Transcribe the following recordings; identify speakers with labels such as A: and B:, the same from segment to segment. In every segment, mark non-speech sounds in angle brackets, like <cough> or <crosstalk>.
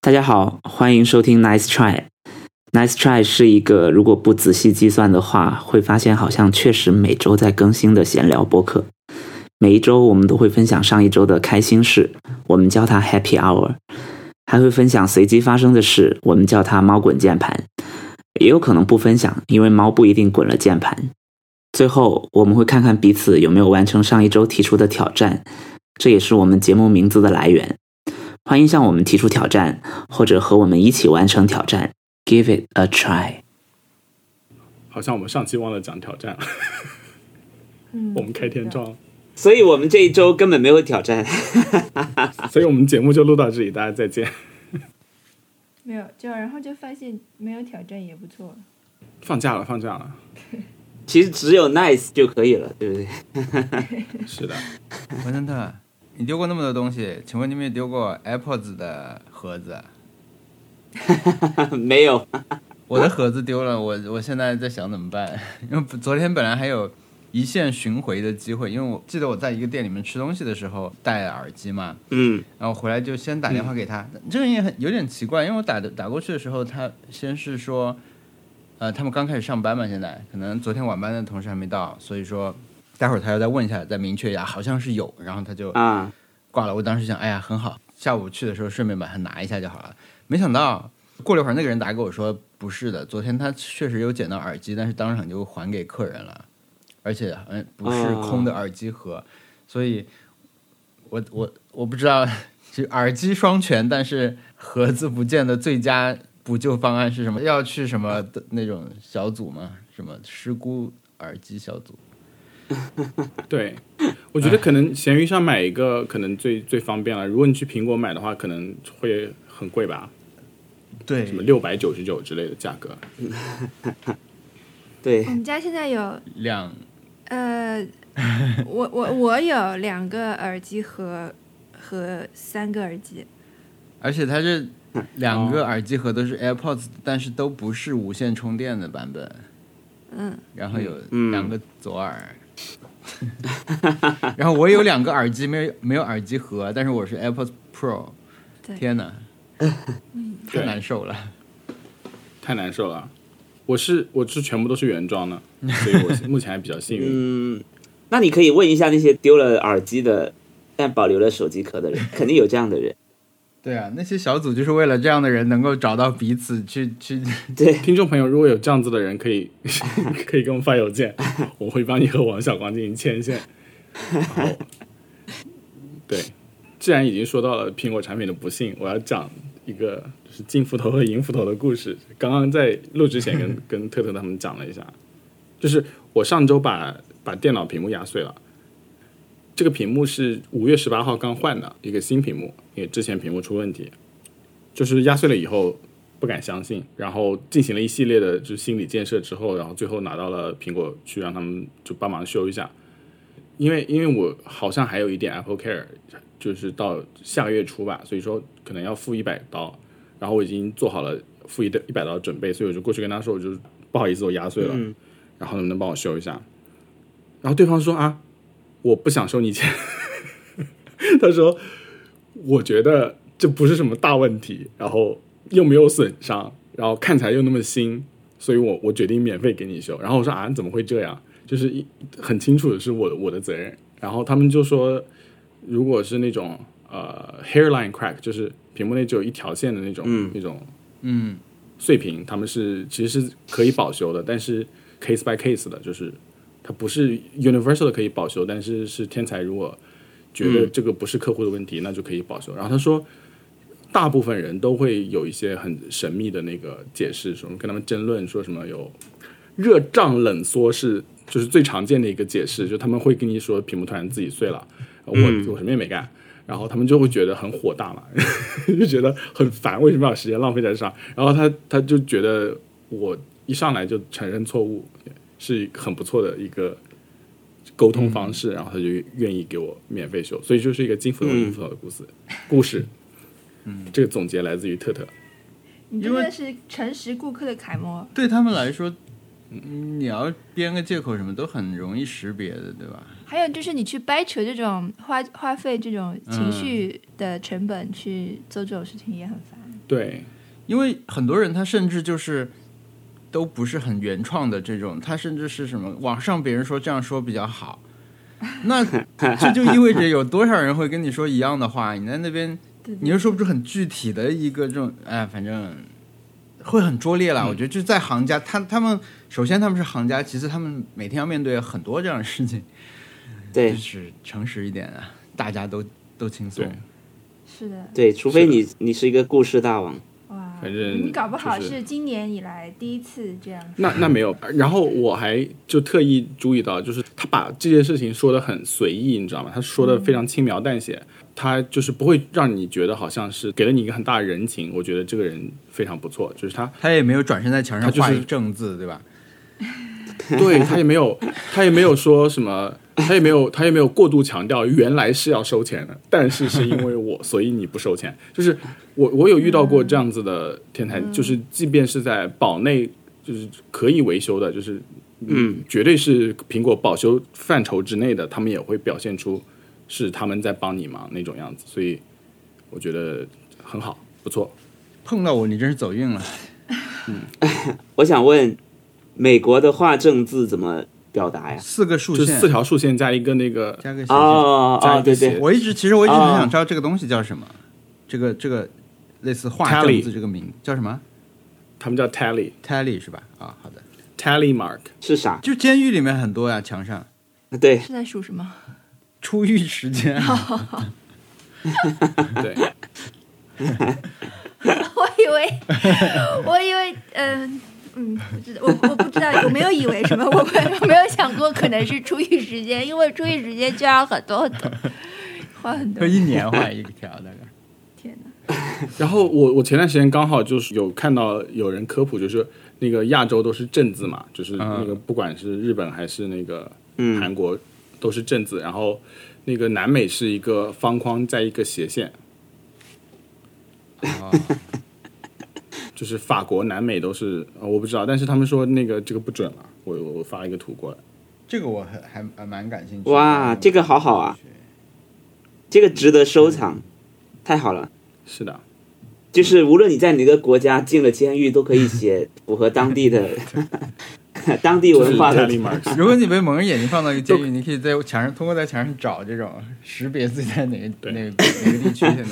A: 大家好，欢迎收听 Nice Try。Nice Try 是一个如果不仔细计算的话，会发现好像确实每周在更新的闲聊播客。每一周我们都会分享上一周的开心事，我们叫它 Happy Hour，还会分享随机发生的事，我们叫它猫滚键盘。也有可能不分享，因为猫不一定滚了键盘。最后我们会看看彼此有没有完成上一周提出的挑战，这也是我们节目名字的来源。欢迎向我们提出挑战，或者和我们一起完成挑战。Give it a try。
B: 好像我们上期忘了讲挑
C: <laughs>
B: 战了，
D: 嗯
B: 我们开天窗，
A: 所以我们这一周根本没有挑战。 <laughs>
C: 啊
B: 所以我们节目就录到这里，大家再见。
D: 没有，就然后就发现没有挑战也不错。
B: 放假了，放假
C: <laughs>
B: 了，
A: 其实只有 nice 就可以了，对不 <laughs> 对？
B: 是的，
C: 文森特，你丢过那么多东西，请问你有没有丢过 AirPods 的盒子？
A: 没有，
C: 我的盒子丢了，我我现在在想怎么办， <laughs> 因为昨天本来还有一线巡回的机会，因为我记得我在一个店里面吃东西的时候戴耳机嘛，
A: 嗯，
C: 然后回来就先打电话给他，这个人也很有点奇怪，因为我打的打过去的时候，他先是说，呃，他们刚开始上班嘛，现在可能昨天晚班的同事还没到，所以说待会儿他要再问一下，再明确一下，好像是有，然后他就
A: 啊，
C: 挂了。我当时想，哎呀，很好，下午去的时候顺便把它拿一下就好了。没想到过了一会儿，那个人打给我说不是的，昨天他确实有捡到耳机，但是当场就还给客人了，而且嗯不是空的耳机盒，所以我我我不知道，就耳机双全，但是盒子不见的最佳。补救方案是什么？要去什么的那种小组吗？什么失孤耳机小组？
B: 对，我觉得可能闲鱼上买一个可能最最方便了。如果你去苹果买的话，可能会很贵吧，
C: 对
B: 什么六百九十九之类的价格。
A: 对
D: 我，们家现在有
C: 两
D: 呃，我我我有两个耳机和和三个耳机，
C: 而且它是
A: 嗯
C: 两个耳机盒都是 AirPods，、但是都不是无线充电的版本。
D: 嗯，
C: 然后有
A: 嗯
C: 两个左耳， <laughs> 然后我有两个耳机，没有没有耳机盒，但是我是 AirPods Pro。
D: 对
C: 天哪，太
B: 对
C: 难受了。
B: 太难受了。我是我是全部都是原装的，所以我目前还比较幸
C: <laughs>
B: 运。
A: 嗯，那你可以问一下那些丢了耳机的，但保留了手机壳的人，肯定有这样的 <laughs> 人。
C: 对啊，那些小组就是为了这样的人能够找到彼此去去。 <laughs>
A: 对，
B: 听众朋友，如果有这样子的人，可以 <laughs> 可以给我们发邮件，我会帮你和王小光进行牵线。然后，对，既然已经说到了苹果产品的不幸，我要讲一个就是金斧头和银斧头的故事。刚刚在录之前跟跟特特他们讲了一下，就是我上周把把电脑屏幕压碎了。这个屏幕是五月十八号刚换的一个新屏幕，因为之前屏幕出问题，就是压碎了以后不敢相信，然后进行了一系列的就是心理建设之后，然后最后拿到了苹果去让他们就帮忙修一下，因为因为我好像还有一点 Apple Care，就是到下个月初吧，所以说可能要付一百刀，然后我已经做好了付一的一百刀的准备，所以我就过去跟他说，我就不好意思我压碎了，
A: 嗯
B: 然后能不能帮我修一下？然后对方说啊，我不想收你钱， <laughs> 他说我觉得这不是什么大问题，然后又没有损伤，然后看起来又那么新，所以我我决定免费给你修。然后我说啊，怎么会这样？就是一很清楚的是我我的责任。然后他们就说，如果是那种呃 hairline crack，就是屏幕内只有一条线的那种、
A: 嗯
B: 那种
C: 嗯，
B: 碎屏，他们是其实是可以保修的，但是 case by case 的，就是它不是 universal 的可以保修，但是是天才如果觉得这个不是客户的问题，那就可以保修。然后他说，大部分人都会有一些很神秘的那个解释，什么跟他们争论说什么有热胀冷缩是就是最常见的一个解释，就他们会跟你说屏幕突然自己碎了，我我什么也没干。然后他们就会觉得很火大嘛，就觉得很烦，为什么要时间浪费在这上？然后他他就觉得我一上来就承认错误，是很不错的一个沟通方式，然后他就愿意给我免费修，所以就是一个金斧头银斧头的故事。故事，嗯，这个总结来自于特特，
D: 你
C: 因
D: 真
C: 为
D: 的是诚实顾客的楷模。
C: 对他们来说，嗯你要编个借口什么都很容易识别的，对吧？
D: 还有就是你去掰扯这种花花费这种情绪的成本去做这种事情也很烦。
B: 对，
C: 因为很多人他甚至就是都不是很原创的这种，他甚至是什么网上别人说这样说比较好，那这就意味着有多少人会跟你说一样的话，你在那边
D: 对对
C: 你又说不出很具体的一个这种，哎，反正会很拙劣啦。我觉得就在行家，他他们首先他们是行家，其次他们每天要面对很多这样的事情，就
A: 对
C: 是诚实一点啊，大家都都轻松
B: 对。
D: 是的，
A: 对，除非你你是一个故事大王，
D: 哇，
B: 反正
D: 你搞不好
B: 就是
D: 是今年以来第一次这样。
B: 那那没有。然后我还就特意注意到，就是他把这件事情说的很随意，你知道吗？他说的非常轻描淡写，他就是不会让你觉得好像是给了你一个很大的人情。我觉得这个人非常不错，就是他
C: 他也没有转身在墙
B: 他
C: 上
B: 就是
C: 画一正字，对吧？
B: 对他也没有，他也没有说什么，他也没有，他也没有过度强调原来是要收钱的，但是是因为我，所以你不收钱。 <laughs> 就是我，我有遇到过这样子的天台，就是即便是在保内，就是可以维修的，就是嗯，绝对是苹果保修范畴之内的，他们也会表现出是他们在帮你忙那种样子，所以我觉得很好，不错。
C: 碰到我，你真是走运了。
A: 我想问，美国的画正字怎么表达呀？
C: 四个竖
B: 就
C: 线，
B: 四条竖线加一个那个，
C: 加个斜线。
A: 哦
B: 加
A: 哦
B: 一，个
A: 对
B: 斜
A: 对，
C: 我一直其实我一直很
A: 哦
C: 想知道这个东西叫什么，这个这个类似画
B: Tally
C: 正字这个名叫什么
B: 他们叫 tally
C: ？tally 是吧？啊，好的，
B: tally mark，
A: 是啥？
C: 就监狱里面很多呀，墙上
A: 对，
D: 是在数什么？
C: 出狱时间啊，
A: <laughs>
B: 对。
D: <laughs> 我以为，我以为， <laughs> 嗯、嗯，不知道，我我不知道，我没有以为什么， <laughs> 我没我没有想过可能是出狱时间，因为出狱时间就要很多很多， <laughs> 花很多
C: 就。一年画一条大概。
D: 天哪！
B: 然后我我前段时间刚好就是有看到有人科普，就是那个亚洲都是正字嘛，就是那个不管是日本还是那个韩国都是正字，然后那个南美是一个方框再一个斜线，
C: 哦，
B: 就是法国、南美都是呃我不知道，但是他们说那个这个不准了，我我我发一个图过来，
C: 这个我很还还蛮感兴趣的。
A: 哇，这个好好啊，这个值得收藏，太好了。
B: 是的，
A: 就是无论你在哪个国家进了监狱，都可以写符合当地的 <laughs> 当地文化
B: 就是
A: 的
B: tally marks
C: 如果你被蒙着眼睛放到一个监狱，你可以在墙上通过在墙上找这种识别自己在哪个
B: 对
C: 哪个哪个地区。现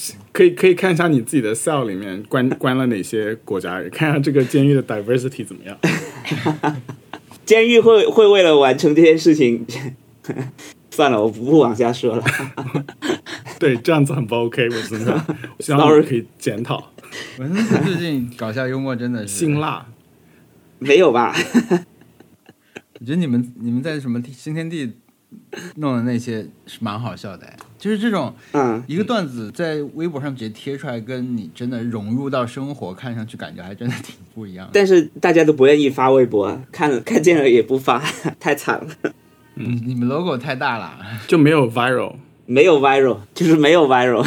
A: <laughs>
C: 在
B: 可以可以看一下你自己的 cell 里面关关了哪些国家，看一下这个监狱的 diversity 怎么样。
A: 监狱会会为了完成这件事情， <laughs> 算了，我不不往下说了。 <laughs>
B: 对，这样子很不 OK，我真的， <laughs> 我希望你
A: Sorry
B: 们可以检讨，
C: 文森特最近搞笑幽默真的是
B: 辛，辣。
A: 没有吧？ <laughs>
C: 我觉得你们你们在什么新天地弄的那些是蛮好笑的，哎就是这种
A: 嗯，
C: 一个段子在微博上直接贴出来，跟你真的融入到生活，看上去感觉还真的挺不一样的。
A: 但是大家都不愿意发微博，看看见了也不发， <laughs> 太惨了。
C: 你你们 logo 太大了，
B: 就没有 viral。
A: 没有 viral，就是没有 viral。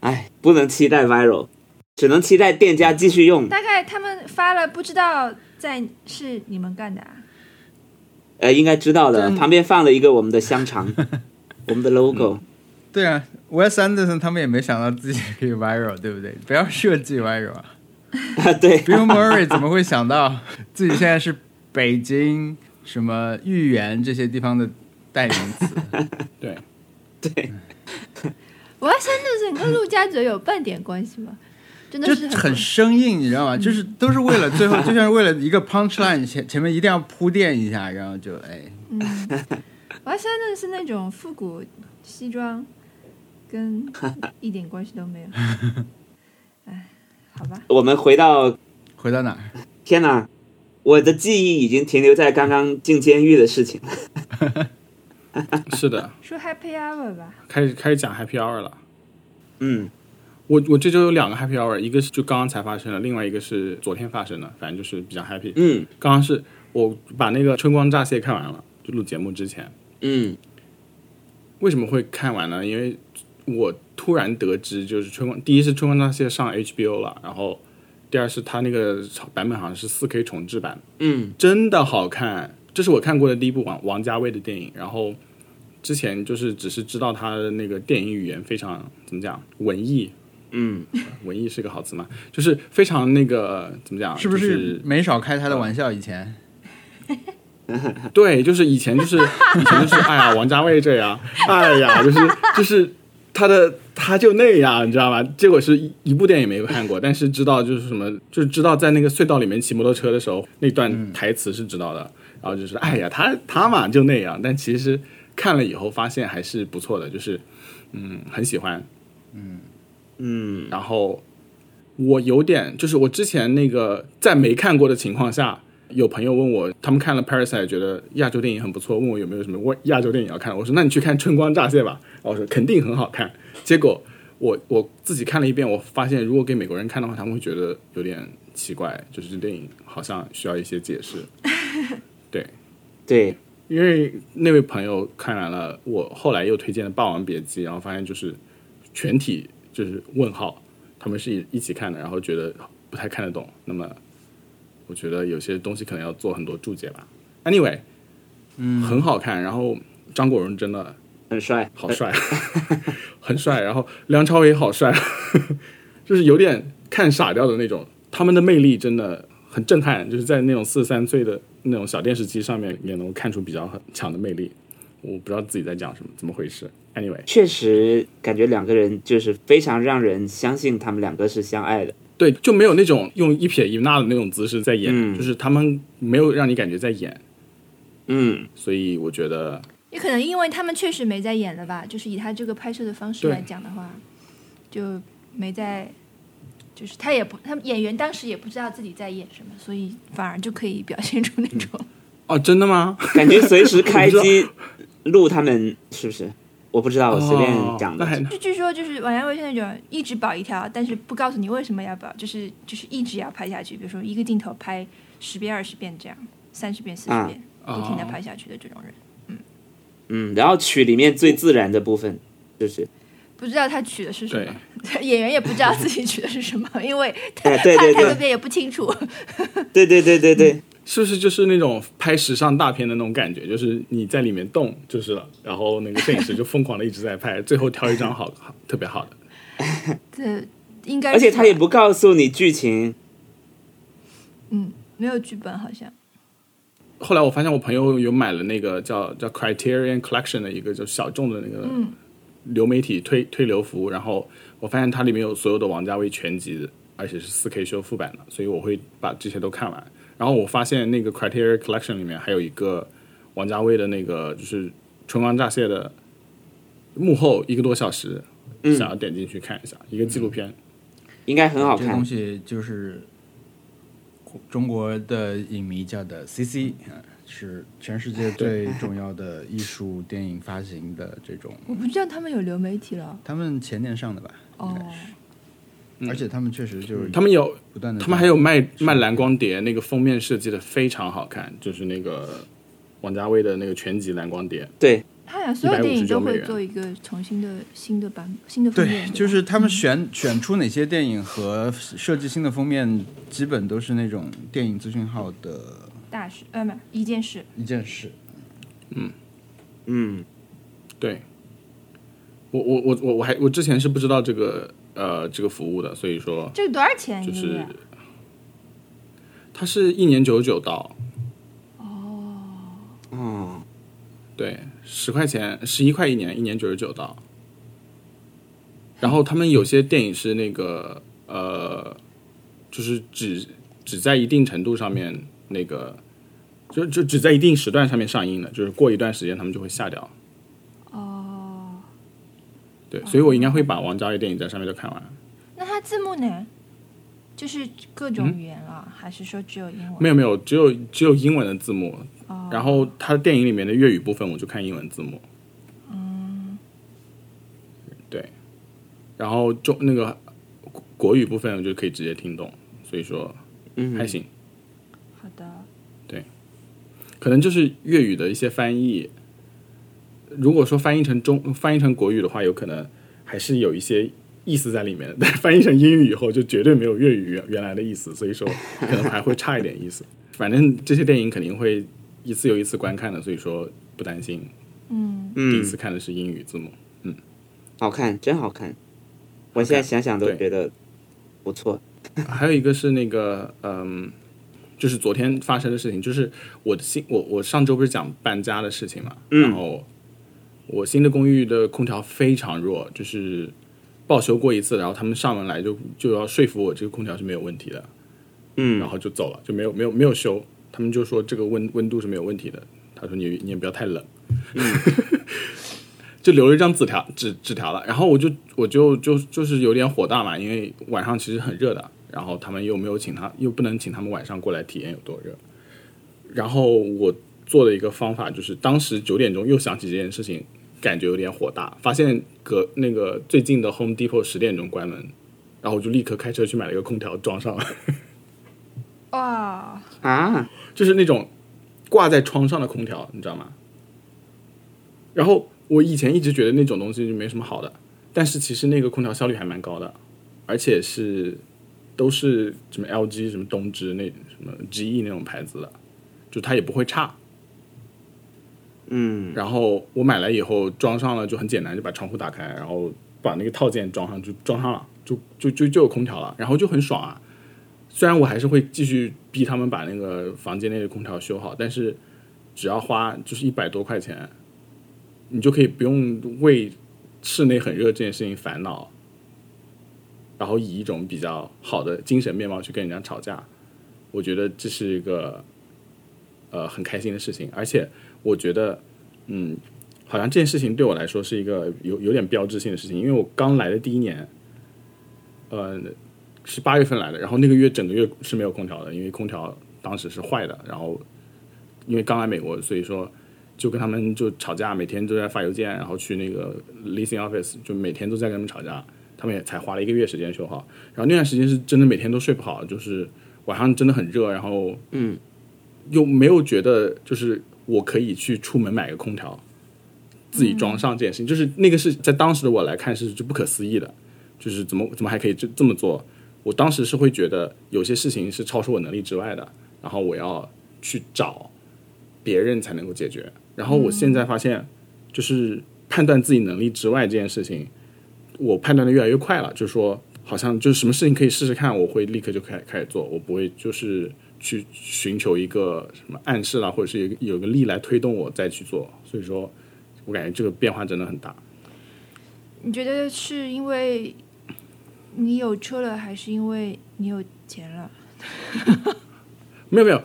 A: 哎，不能期待 viral，只能期待店家继续用。
D: 大概他们发了，不知道在是你们干的、啊，
A: 呃，应该知道的，
C: 但
A: 旁边放了一个我们的香肠，我们的 logo。
C: 对啊，Wes Anderson 他们也没想到自己可以 viral，对不对？不要设计 viral <laughs> 啊。
A: 啊， <laughs> 对，
C: Bill Murray 怎么会想到自己现在是北京什么豫园这些地方的代名词？
B: 对，
A: <laughs>
D: 我要三六整跟陆家嘴有半点关系吗？真的
C: 就是很生硬，你知道吗？就是都是为了最后，就像是为了一个 punch line 前前面一定要铺垫一下，然后就哎，
D: 嗯，我要三六是那种复古西装，跟一点关系都
C: <laughs>
D: 没有。哎，好吧，
A: 我们回到
C: 回到哪儿？
A: 天哪，我的记忆已经停留在刚刚进监狱的事情了。
B: 是的，
D: 说 Happy Hour 吧。
B: 开始开始讲 happy hour 了。
A: 嗯，
B: 我我这周有两个 happy hour，一个是就刚刚才发生的，另外一个是昨天发生的，反正就是比较 happy。
A: 嗯
B: 刚刚是我把那个《春光乍泄》看完了，就录节目之前。
A: 嗯
B: 为什么会看完呢？因为我突然得知，就是《春光》第一是《春光乍泄》上 HBO 了，然后第二是它那个版本好像是四 K 重制版，
A: 嗯，
B: 真的好看。这是我看过的第一部王王家卫的电影，然后之前就是只是知道他的那个电影语言非常怎么讲文艺，
A: 嗯，
B: 文艺是个好词嘛，就是非常那个怎么讲，
C: 是不
B: 就是
C: 没少开他的玩笑？以前
B: <laughs> 对，就是以前就是以前就是哎呀，王家卫这样，哎呀，就是就是他的他就那样，你知道吗？结果是一一部电影没有看过，但是知道就是什么，就是知道在那个隧道里面骑摩托车的时候那段台词是知道的，然后就是哎呀，他他嘛就那样，但其实看了以后发现还是不错的，就是嗯很喜欢，
A: 嗯
B: 然后我有点就是我之前那个在没看过的情况下，有朋友问我，他们看了《Parasite》觉得亚洲电影很不错，问我有没有什么我亚洲电影要看。我说那你去看《春光乍泄》吧。然后我说肯定很好看。结果我我自己看了一遍，我发现如果给美国人看的话，他们会觉得有点奇怪，就是这电影好像需要一些解释。对，
A: 对，
B: 因为那位朋友看完了我后来又推荐的《霸王别姬》，然后发现就是全体就是问号，他们是一一起看的，然后觉得不太看得懂。那么我觉得有些东西可能要做很多注解吧。Anyway，嗯，很好看。然后张国荣真的
A: 很帅，
B: 好帅， <laughs> 很帅。然后梁朝伟好帅， <laughs> 就是有点看傻掉的那种。他们的魅力真的很震撼，就是在那种四十三岁的那种小电视机上面也能看出比较很强的魅力。我不知道自己在讲什么，怎么回事？Anyway，
A: 确实感觉两个人就是非常让人相信他们两个是相爱的。
B: 对，就没有那种用一撇一捺的那种姿势在演，
A: 嗯
B: 就是他们没有让你感觉在演，
A: 嗯，
B: 所以我觉得
D: 也可能因为他们确实没在演了吧，就是以他这个拍摄的方式
B: 对
D: 来讲的话，就没在，就是他也不，他们演员当时也不知道自己在演什么，所以反而就可以表现出那种。
A: 嗯
B: 哦，真的吗？
A: 感觉随时开机录他们是不是？我不知道，我随便讲的。
B: 哦、那还
D: 就 <laughs> 据说就是王家卫是那种一直保一条，但是不告诉你为什么要保，就是就是一直要拍下去，比如说一个镜头拍十遍、二十遍这样，三十遍、四十
A: 啊
D: 遍，不停的
B: 哦
D: 拍下去的这种人。
A: 嗯，然后曲里面最自然的部分就是，
D: 不知道他取的是什
B: 对
D: 么， <laughs> 演员也不知道自己取的是什么，因为
A: 哎，对
D: 看
A: 对
D: 太多
A: 对
D: 遍也不清楚。
A: 对对对对对，
B: 是不是就是那种拍时尚大片的那种感觉？就是你在里面动就是了，然后那个摄影师就疯狂的一直在拍，最后挑一张好好特别好的。
D: 这应该是
A: 而且他也不告诉你剧情。
D: 嗯没有剧本好像。
B: 后来我发现我朋友有买了那个叫叫 Criterion Collection 的一个就小众的那个流媒体推、推流服务，然后我发现它里面有所有的王家卫全集的，而且是4 K 修复版的，所以我会把这些都看完。然后我发现那个 Criterion Collection 里面还有一个王家卫的那个就是《春光乍泄》的幕后一个多小时，想要点进去看一下，一个纪录片。
A: 应该很好
C: 这个东
A: 看，
C: 西就是中国的影迷叫的 CC，呃是全世界最重要的艺术电影发行的这种，
D: 我不知道他们有流媒体了。
C: 他们前年上的吧，应
D: 哦
C: 该是，而且他们确实就是
B: 他们有
C: 不断的，
B: 他们还有卖卖蓝光碟，那个封面设计的非常好看，就是那个王家卫的那个全集蓝光碟。
A: 对，
D: 他好像所有电影都
B: 159美
D: 会
B: 元
D: 做一个重新的新的版新的封
C: 对，
D: 面，
C: 就是他们选选出哪些电影和设计新的封面，基本都是那种电影资讯号的
D: 大事呃，不是一件事。
C: 一件事。
A: 嗯，
B: 对，我我我我我还我之前是不知道这个呃这个服务的，所以说
D: 这个多少钱一
B: 就
D: 个月
B: 是
D: 啊？
B: 它是一年九十九刀，
A: 哦，
B: 对，十块钱十一块一年，一年九十九刀。然后他们有些电影是那个呃，就是只只在一定程度上面那个，就就只在一定时段上面上映的，就是过一段时间他们就会下掉。
D: 哦，
B: 对，所以我应该会把王家卫电影在上面都看完。
D: 那它字幕呢？就是各种语言了，还是说只有英文？
B: 嗯没有没有，只有只有英文的字幕，
D: 哦
B: 然后他电影里面的粤语部分我就看英文字幕。嗯，对，然后中那个国国语部分我就可以直接听懂，所以说
A: 嗯，
B: 还行。
D: 好的，
B: 可能就是粤语的一些翻译，如果说翻译成中翻译成国语的话，有可能还是有一些意思在里面， <laughs> 但是翻译成英语以后就绝对没有粤语原来的意思，所以说可能还会差一点意思。 <laughs> 反正这些电影肯定会一次又一次观看的，所以说不担心。
D: 嗯，
B: 第
A: 嗯
B: 一次，看的是英语字幕，
A: 好看，真好看。我现在想想都
B: 对
A: 觉得不错。
B: 还有一个是那个，嗯，就是昨天发生的事情，就是我的新我我上周不是讲搬家的事情嘛，
A: 嗯
B: 然后我新的公寓的空调非常弱，就是报修过一次，然后他们上门来就就要说服我这个空调是没有问题的，然
A: 嗯
B: 后就走了，就没有没有没有修，他们就说这个温温度是没有问题的，他说你你也不要太冷，就留了一张纸条纸纸条了，然后我就我就就就是有点火大嘛，因为晚上其实很热的，然后他们又没有请他，又不能请他们晚上过来体验有多热，然后我做的一个方法就是，当时九点钟又想起这件事情，感觉有点火大，发现隔那个最近的 Home Depot 十点钟关门，然后我就立刻开车去买了一个空调装上了。
D: 哇，
A: 啊，
B: 就是那种挂在窗上的空调，你知道吗？然后我以前一直觉得那种东西就没什么好的，但是其实那个空调效率还蛮高的，而且是都是什么 LG、什么东芝那什么 GE 那种牌子的，就它也不会差。
A: 嗯
B: 然后我买来以后装上了，就很简单，就把窗户打开，然后把那个套件装上，就装上了，就就就就有空调了，然后就很爽啊。虽然我还是会继续逼他们把那个房间内的空调修好，但是只要花就是一百多块钱，你就可以不用为室内很热这件事情烦恼，然后以一种比较好的精神面貌去跟人家吵架。我觉得这是一个呃很开心的事情，而且我觉得嗯，好像这件事情对我来说是一个有有点标志性的事情，因为我刚来的第一年，呃，是八月份来的，然后那个月整个月是没有空调的，因为空调当时是坏的，然后因为刚来美国，所以说就跟他们就吵架，每天都在发邮件，然后去那个 leasing office，就每天都在跟他们吵架，他们也才花了一个月时间修好，然后那段时间是真的每天都睡不好，就是晚上真的很热，然后
A: 嗯
B: 又没有觉得就是我可以去出门买个空调，自己装上这件事情，就是那个是在当时的我来看是就不可思议的，就是怎么怎么还可以这这么做？我当时是会觉得有些事情是超出我能力之外的，然后我要去找别人才能够解决。然后我现在发现，就是判断自己能力之外这件事情，我判断的越来越快了，就是说好像就是什么事情可以试试看，我会立刻就开开始做，我不会就是去寻求一个什么暗示啦，或者是有一个有一个力来推动我再去做。所以说，我感觉这个变化真的很大。
D: 你觉得是因为你有车了，还是因为你有钱了？
B: 没有没有，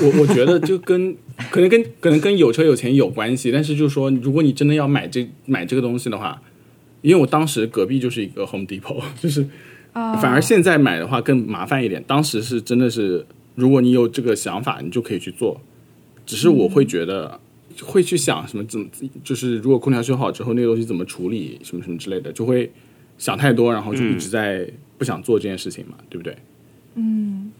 B: 我我觉得就跟可能跟可能跟有车有钱有关系，但是就是说，如果你真的要买这买这个东西的话，因为我当时隔壁就是一个 Home Depot，就是 <laughs>
D: 啊，
B: 反而现在买的话更麻烦一点。当时是真的是，如果你有这个想法，你就可以去做。只是我会觉得、会去想什么怎么，就是如果空调修好之后那个东西怎么处理，什么什么之类的，就会想太多，然后就一直在不想做这件事情嘛，对不对？
D: 嗯，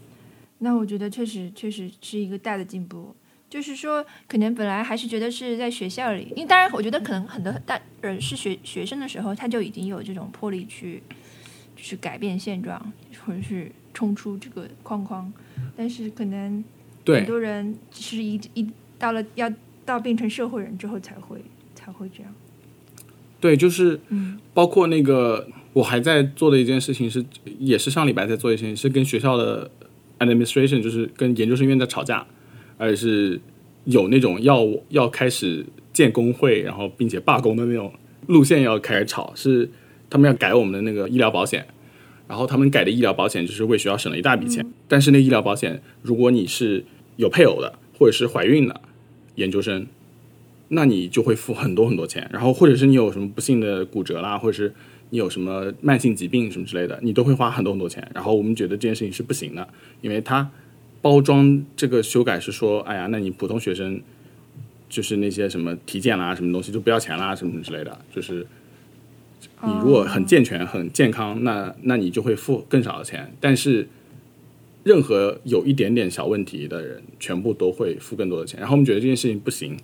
D: 那我觉得确实确实是一个大的进步。就是说，可能本来还是觉得是在学校里，因为当然，我觉得可能很多大人是学学生的时候，他就已经有这种魄力去，去改变现状，或者是冲出这个框框。但是可能很
B: 对，
D: 多人是一一到了要到变成社会人之后才会才会这样。
B: 对，就是
D: 嗯
B: 包括那个我还在做的一件事情是，也是上礼拜在做一件事情，是跟学校的 administration，就是跟研究生院在吵架，而是有那种要要开始建工会，然后并且罢工的那种路线要开始吵，是他们要改我们的那个医疗保险。然后他们改的医疗保险就是为学校省了一大笔钱，但是那个医疗保险，如果你是有配偶的或者是怀孕的研究生，那你就会付很多很多钱。然后或者是你有什么不幸的骨折啦，或者是你有什么慢性疾病什么之类的，你都会花很多很多钱。然后我们觉得这件事情是不行的，因为它包装这个修改是说，哎呀，那你普通学生就是那些什么体检啊啦、什么东西就不要钱啦，什么什么之类的，就是。你如果很健全、很健康，那那你就会付更少的钱。但是，任何有一点点小问题的人，全部都会付更多的钱。然后我们觉得这件事情不行，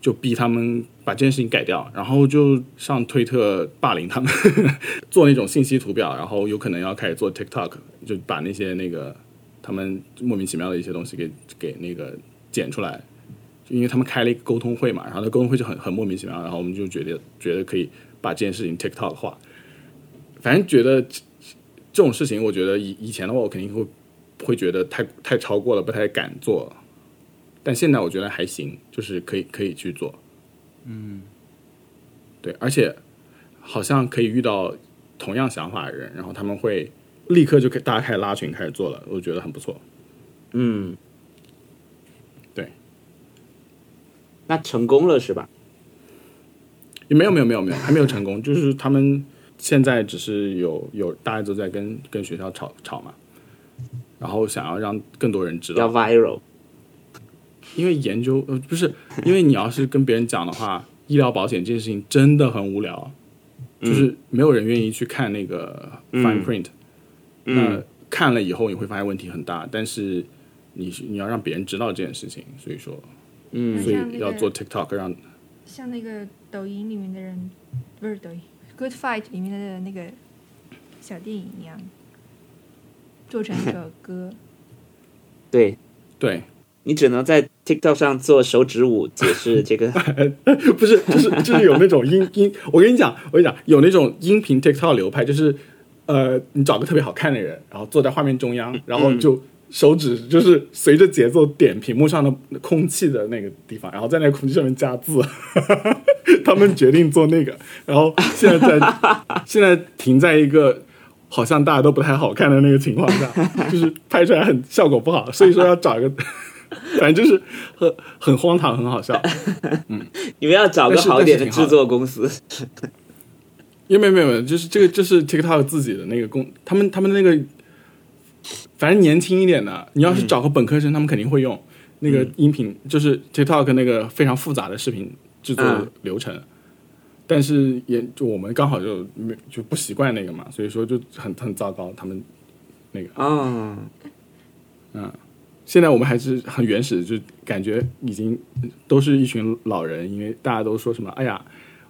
B: 就逼他们把这件事情改掉，然后就上推特霸凌他们， <laughs> 做那种信息图表，然后有可能要开始做 TikTok，就把那些那个他们莫名其妙的一些东西给给那个剪出来，就因为他们开了一个沟通会嘛，然后那沟通会就很很莫名其妙，然后我们就觉得觉得可以把这件事情 TikTok 化，反正觉得这这种事情，我觉得以以前的话，我肯定会会觉得太太超过了，不太敢做。但现在我觉得还行，就是可以可以去做，
C: 嗯，
B: 对，而且好像可以遇到同样想法的人，然后他们会立刻就给大家开始拉群开始做了，我觉得很不错。
A: 嗯，
B: 对，
A: 那成功了是吧？
B: 也没有没有没有没有，还没有成功，就是他们现在只是有有大家都在跟跟学校吵吵嘛，然后想要让更多人知道
A: 要，viral，
B: 因为研究呃不是，因为你要是跟别人讲的话，医疗保险这件事情真的很无聊，就是没有人愿意去看那个 fine print、那看了以后你会发现问题很大，但是你是你要让别人知道这件事情，所以说
A: 嗯
B: 所
D: 像那
B: 以
D: 个
B: 要做 TikTok 让
D: 像那个抖音里面的人，不是抖音，《Good Fight》里面的那个小电影一样，做成一首歌。
A: 对
B: 对，
A: 你只能在 TikTok 上做手指舞解
B: <laughs>
A: 释这个
B: 不是就是就是有那种音音，我跟你讲，我跟你讲，有那种音频 TikTok 流派，就是呃，你找个特别好看的人，然后坐在画面中央，然后就手指就是随着节奏点屏幕上的空气的那个地方，然后在那个空气上面加字。 <laughs> 他们决定做那个，然后现在在现在停在一个好像大家都不太好看的那个情况下，就是拍出来很效果不好，所以说要找一个， <laughs> 反正就是很很荒唐，很好笑。
A: 你们要找个
B: 但是
A: 好一点的
B: 但是
A: 制
B: 挺好的
A: 作公司。
B: 因为没有没有，就是这个，这是 TikTok 自己的那个公，他们他们那个，反正年轻一点的，你要是找个本科生，他们肯定会用那个音频，就是 TikTok 那个非常复杂的视频制作
A: 嗯
B: 流程。但是也就我们刚好就没就不习惯那个嘛，所以说就很很糟糕。他们
A: 哦，
B: 现在我们还是很原始，就感觉已经都是一群老人，因为大家都说什么，哎呀，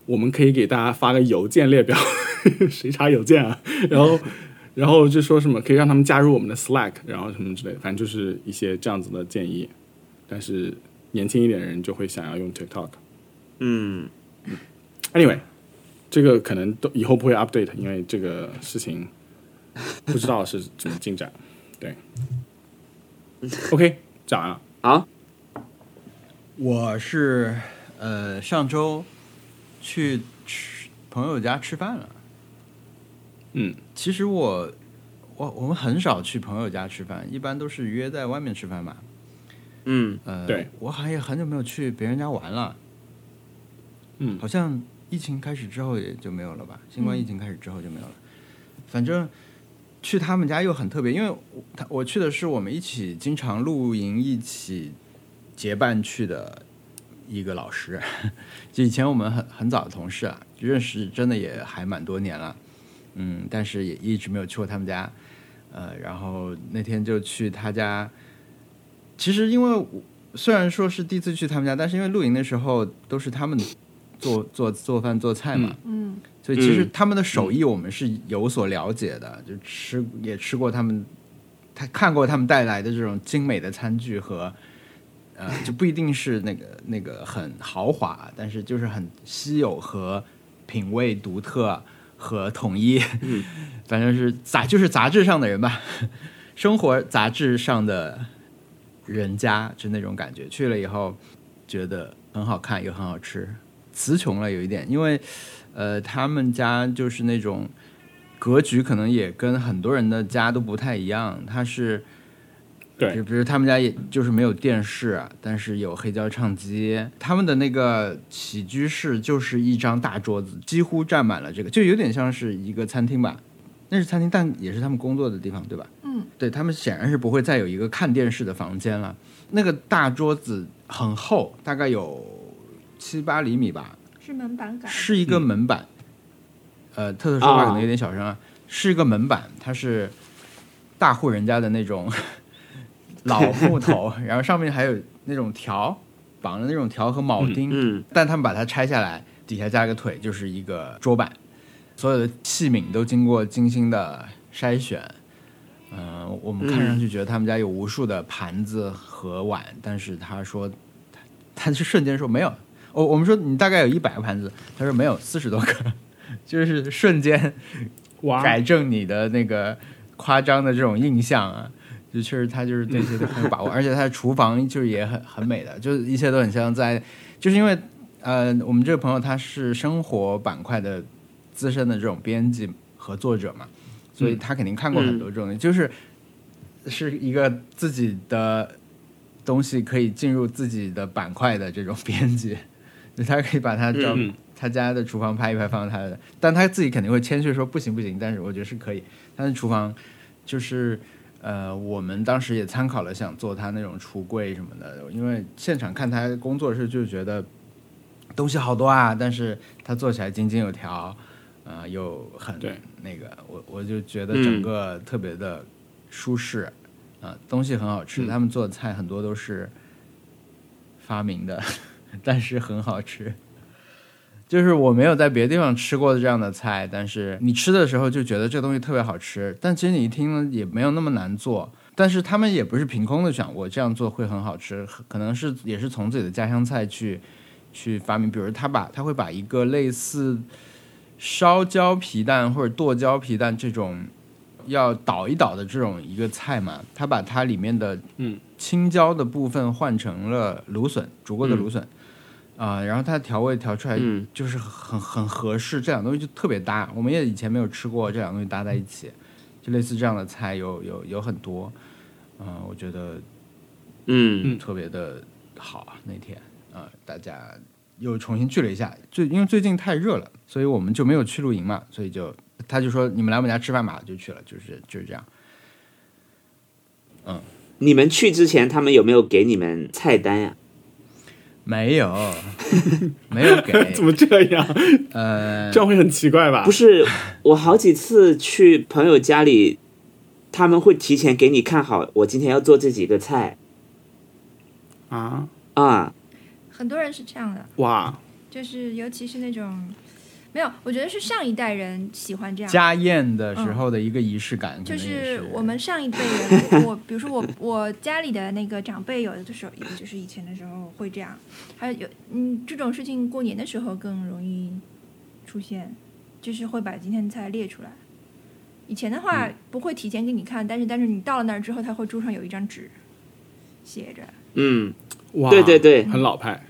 B: 我们可以给大家发个邮件列表， <laughs> 谁查邮件啊？然后，然后就说什么可以让他们加入我们的 Slack，然后什么之类的，反正就是一些这样子的建议。但是年轻一点的人就会想要用 TikTok。
A: 嗯，
B: Anyway，这个可能都以后不会 update，因为这个事情不知道是怎么进展。对，OK，讲啊完了。
A: 好，
C: 我是呃上周去吃朋友家吃饭了。
B: 嗯，
C: 其实我我我们很少去朋友家吃饭，一般都是约在外面吃饭嘛。
A: 嗯，
C: 呃，
B: 对，
C: 我好像也很久没有去别人家玩了。
B: 嗯
C: 好像疫情开始之后也就没有了吧？新冠疫情开始之后就没有了。反正去他们家又很特别，因为我他我去的是我们一起经常露营、一起结伴去的一个老师， <laughs> 就以前我们很很早的同事啊，认识真的也还蛮多年了，嗯，但是也一直没有去过他们家。呃，然后那天就去他家，其实因为我虽然说是第一次去他们家，但是因为露营的时候都是他们做做做饭做菜嘛，
D: 嗯，
C: 所以其实他们的手艺我们是有所了解的，就吃也吃过他们，他看过他们带来的这种精美的餐具和，呃，就不一定是那个那个很豪华，但是就是很稀有和品味独特和统一， <laughs> 反正是杂就是杂志上的人吧， <laughs> 生活杂志上的人家就那种感觉，去了以后觉得很好看又很好吃，词穷了有一点，因为呃，他们家就是那种格局可能也跟很多人的家都不太一样，它是
B: 对
C: <laughs> 就比如他们家也就是没有电视，但是有黑胶唱机，他们的那个起居室就是一张大桌子，几乎占满了这个，就有点像是一个餐厅吧。那是餐厅，但也是他们工作的地方，对吧？
D: 嗯，
C: 对他们显然是不会再有一个看电视的房间了。那个大桌子很厚，大概有七八厘米吧，
D: 是门板改的。
C: 是一个门板。呃，特特说话
A: 啊
C: 可能有点小声啊，是一个门板，它是大 <laughs> 户人家的那种老木头，然后上面还有那种条，绑着那种条和铆钉，
A: 嗯
C: 但他们把它拆下来，底下加个腿就是一个桌板，所有的器皿都经过精心的筛选。嗯、我们看上去觉得他们家有无数的盘子和碗，但是他说，他他就瞬间说没有。我、我们说你大概有一百个盘子，他说没有四十多个，就是瞬间 <laughs>
B: 哇，
C: 改正你的那个夸张的这种印象啊。就确实他就是对这些都很有把握，而且他的厨房就是也很很美的，就是一切都很像在，就是因为呃，我们这个朋友他是生活板块的资深的这种编辑和作者嘛，所以他肯定看过很多这种，就是是一个自己的东西可以进入自己的板块的这种编辑， <laughs> 就他可以把他照
B: 嗯
C: 他家的厨房拍一拍放到他的，但他自己肯定会谦虚说不行不行，但是我觉得是可以。他的厨房就是呃，我们当时也参考了，想做他那种橱柜什么的，因为现场看他工作室就觉得东西好多啊，但是他做起来井井有条，呃，又很
B: 对嗯
C: 那个，我我就觉得整个特别的舒适，啊、东西很好吃，
B: 嗯
C: 他们做的菜很多都是发明的， <laughs> 但是很好吃。就是我没有在别的地方吃过的这样的菜，但是你吃的时候就觉得这东西特别好吃，但其实你一听呢也没有那么难做。但是他们也不是凭空的想我这样做会很好吃，可能是也是从自己的家乡菜去去发明，比如他把他会把一个类似烧焦皮蛋或者剁椒皮蛋这种要捣一捣的这种一个菜嘛，他把它里面的
B: 嗯，
C: 青椒的部分换成了芦笋，煮过的芦笋，啊、然后它的调味调出来
A: 嗯
C: 就是很很合适，这两东西就特别搭。我们也以前没有吃过这两东西搭在一起，就类似这样的菜有有有很多，嗯、我觉得
A: 嗯
C: 特别的好啊那天啊、大家又重新聚了一下，最因为最近太热了，所以我们就没有去露营嘛，所以就他就说你们来我们家吃饭吧，就去了，就是就是这样。
A: 你们去之前，他们有没有给你们菜单啊呀、
C: 没
A: <laughs>
C: 有，没有给 <laughs>
B: 怎么这样？<laughs>
C: 呃，
B: 这样会很奇怪吧？
A: 不是，我好几次去朋友家里，他们会提前给你看好，我今天要做这几个菜
B: 啊，
A: 啊。
D: 很多人是这样的，
B: 哇，
D: 就是尤其是那种没有，我觉得是上一代人喜欢这样。
C: 家宴的时候的一个仪式感，可
D: 就
C: 能也
D: 是
C: 是
D: 我们上一辈人，我比如说我我家里的那个长辈，有的时候就是以前的时候会这样，还有有嗯这种事情过年的时候更容易出现，就是会把今天的菜列出来。以前的
C: 嗯
D: 话不会提前给你看，但是但是你到了那儿之后，他会桌上有一张纸，写着，
A: 嗯，
B: 哇，
A: 对对，对，
B: 很老派。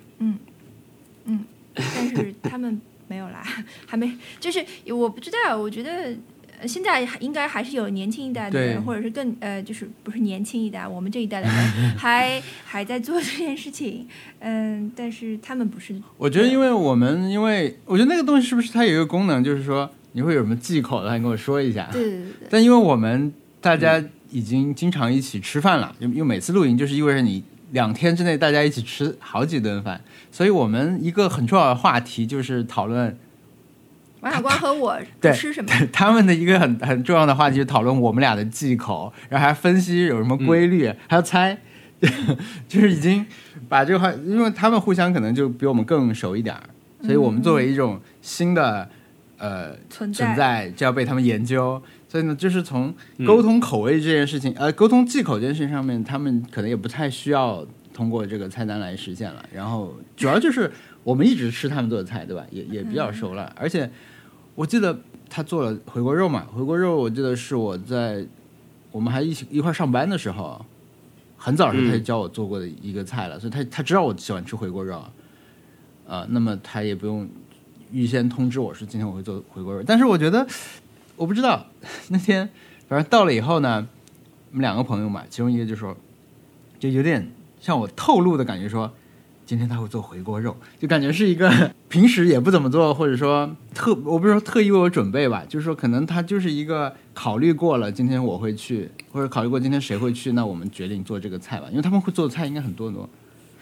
D: 但是他们没有来， <laughs> 还没，就是我不知道，我觉得。呃现在还应该还是有年轻一代的
C: 对
D: 人，或者是更呃，就是不是年轻一代，我们这一代的人 <laughs> 还还在做这件事情，嗯，但是他们不是，
C: 我觉得，因为我们，因为我觉得那个东西是不是它有一个功能，就是说你会有什么忌口的，你跟我说一下。
D: 对对对对，
C: 但因为我们大家已经经常一起吃饭了，因为因为每次露营就是意味着你两天之内大家一起吃好几顿饭，所以我们一个很重要的话题就是讨论
D: 王小光和我
C: 对
D: 吃什么？
C: <laughs> 他们的一个很很重要的话题，就是讨论我们俩的忌口，然后还分析有什么规律，还要猜， <laughs> 就是已经把这个话，因为他们互相可能就比我们更熟一点儿，所以我们作为一种新的呃
D: 存在
C: 存在，就要被他们研究。所以呢，就是从沟通口味这件事情，呃，沟通忌口这件事情上面，他们可能也不太需要通过这个菜单来实现了。然后主要就是我们一直吃他们做的菜，对吧？也也
D: 嗯
C: 比较熟了，而且我记得他做了回锅肉嘛，回锅肉我记得是我在我们还一起一块儿上班的时候，很早的时候他就
A: 嗯
C: 教我做过的一个菜了，所以他他知道我喜欢吃回锅肉，啊、那么他也不用预先通知我说今天我会做回锅肉，但是我觉得我不知道那天反正到了以后呢，我们两个朋友嘛，其中一个就说就有点向我透露的感觉说。今天他会做回锅肉，就感觉是一个平时也不怎么做，或者说特我不是说特意为我准备吧，就是说可能他就是一个考虑过了，今天我会去，或者考虑过今天谁会去，那我们决定做这个菜吧，因为他们会做的菜应该很多很多，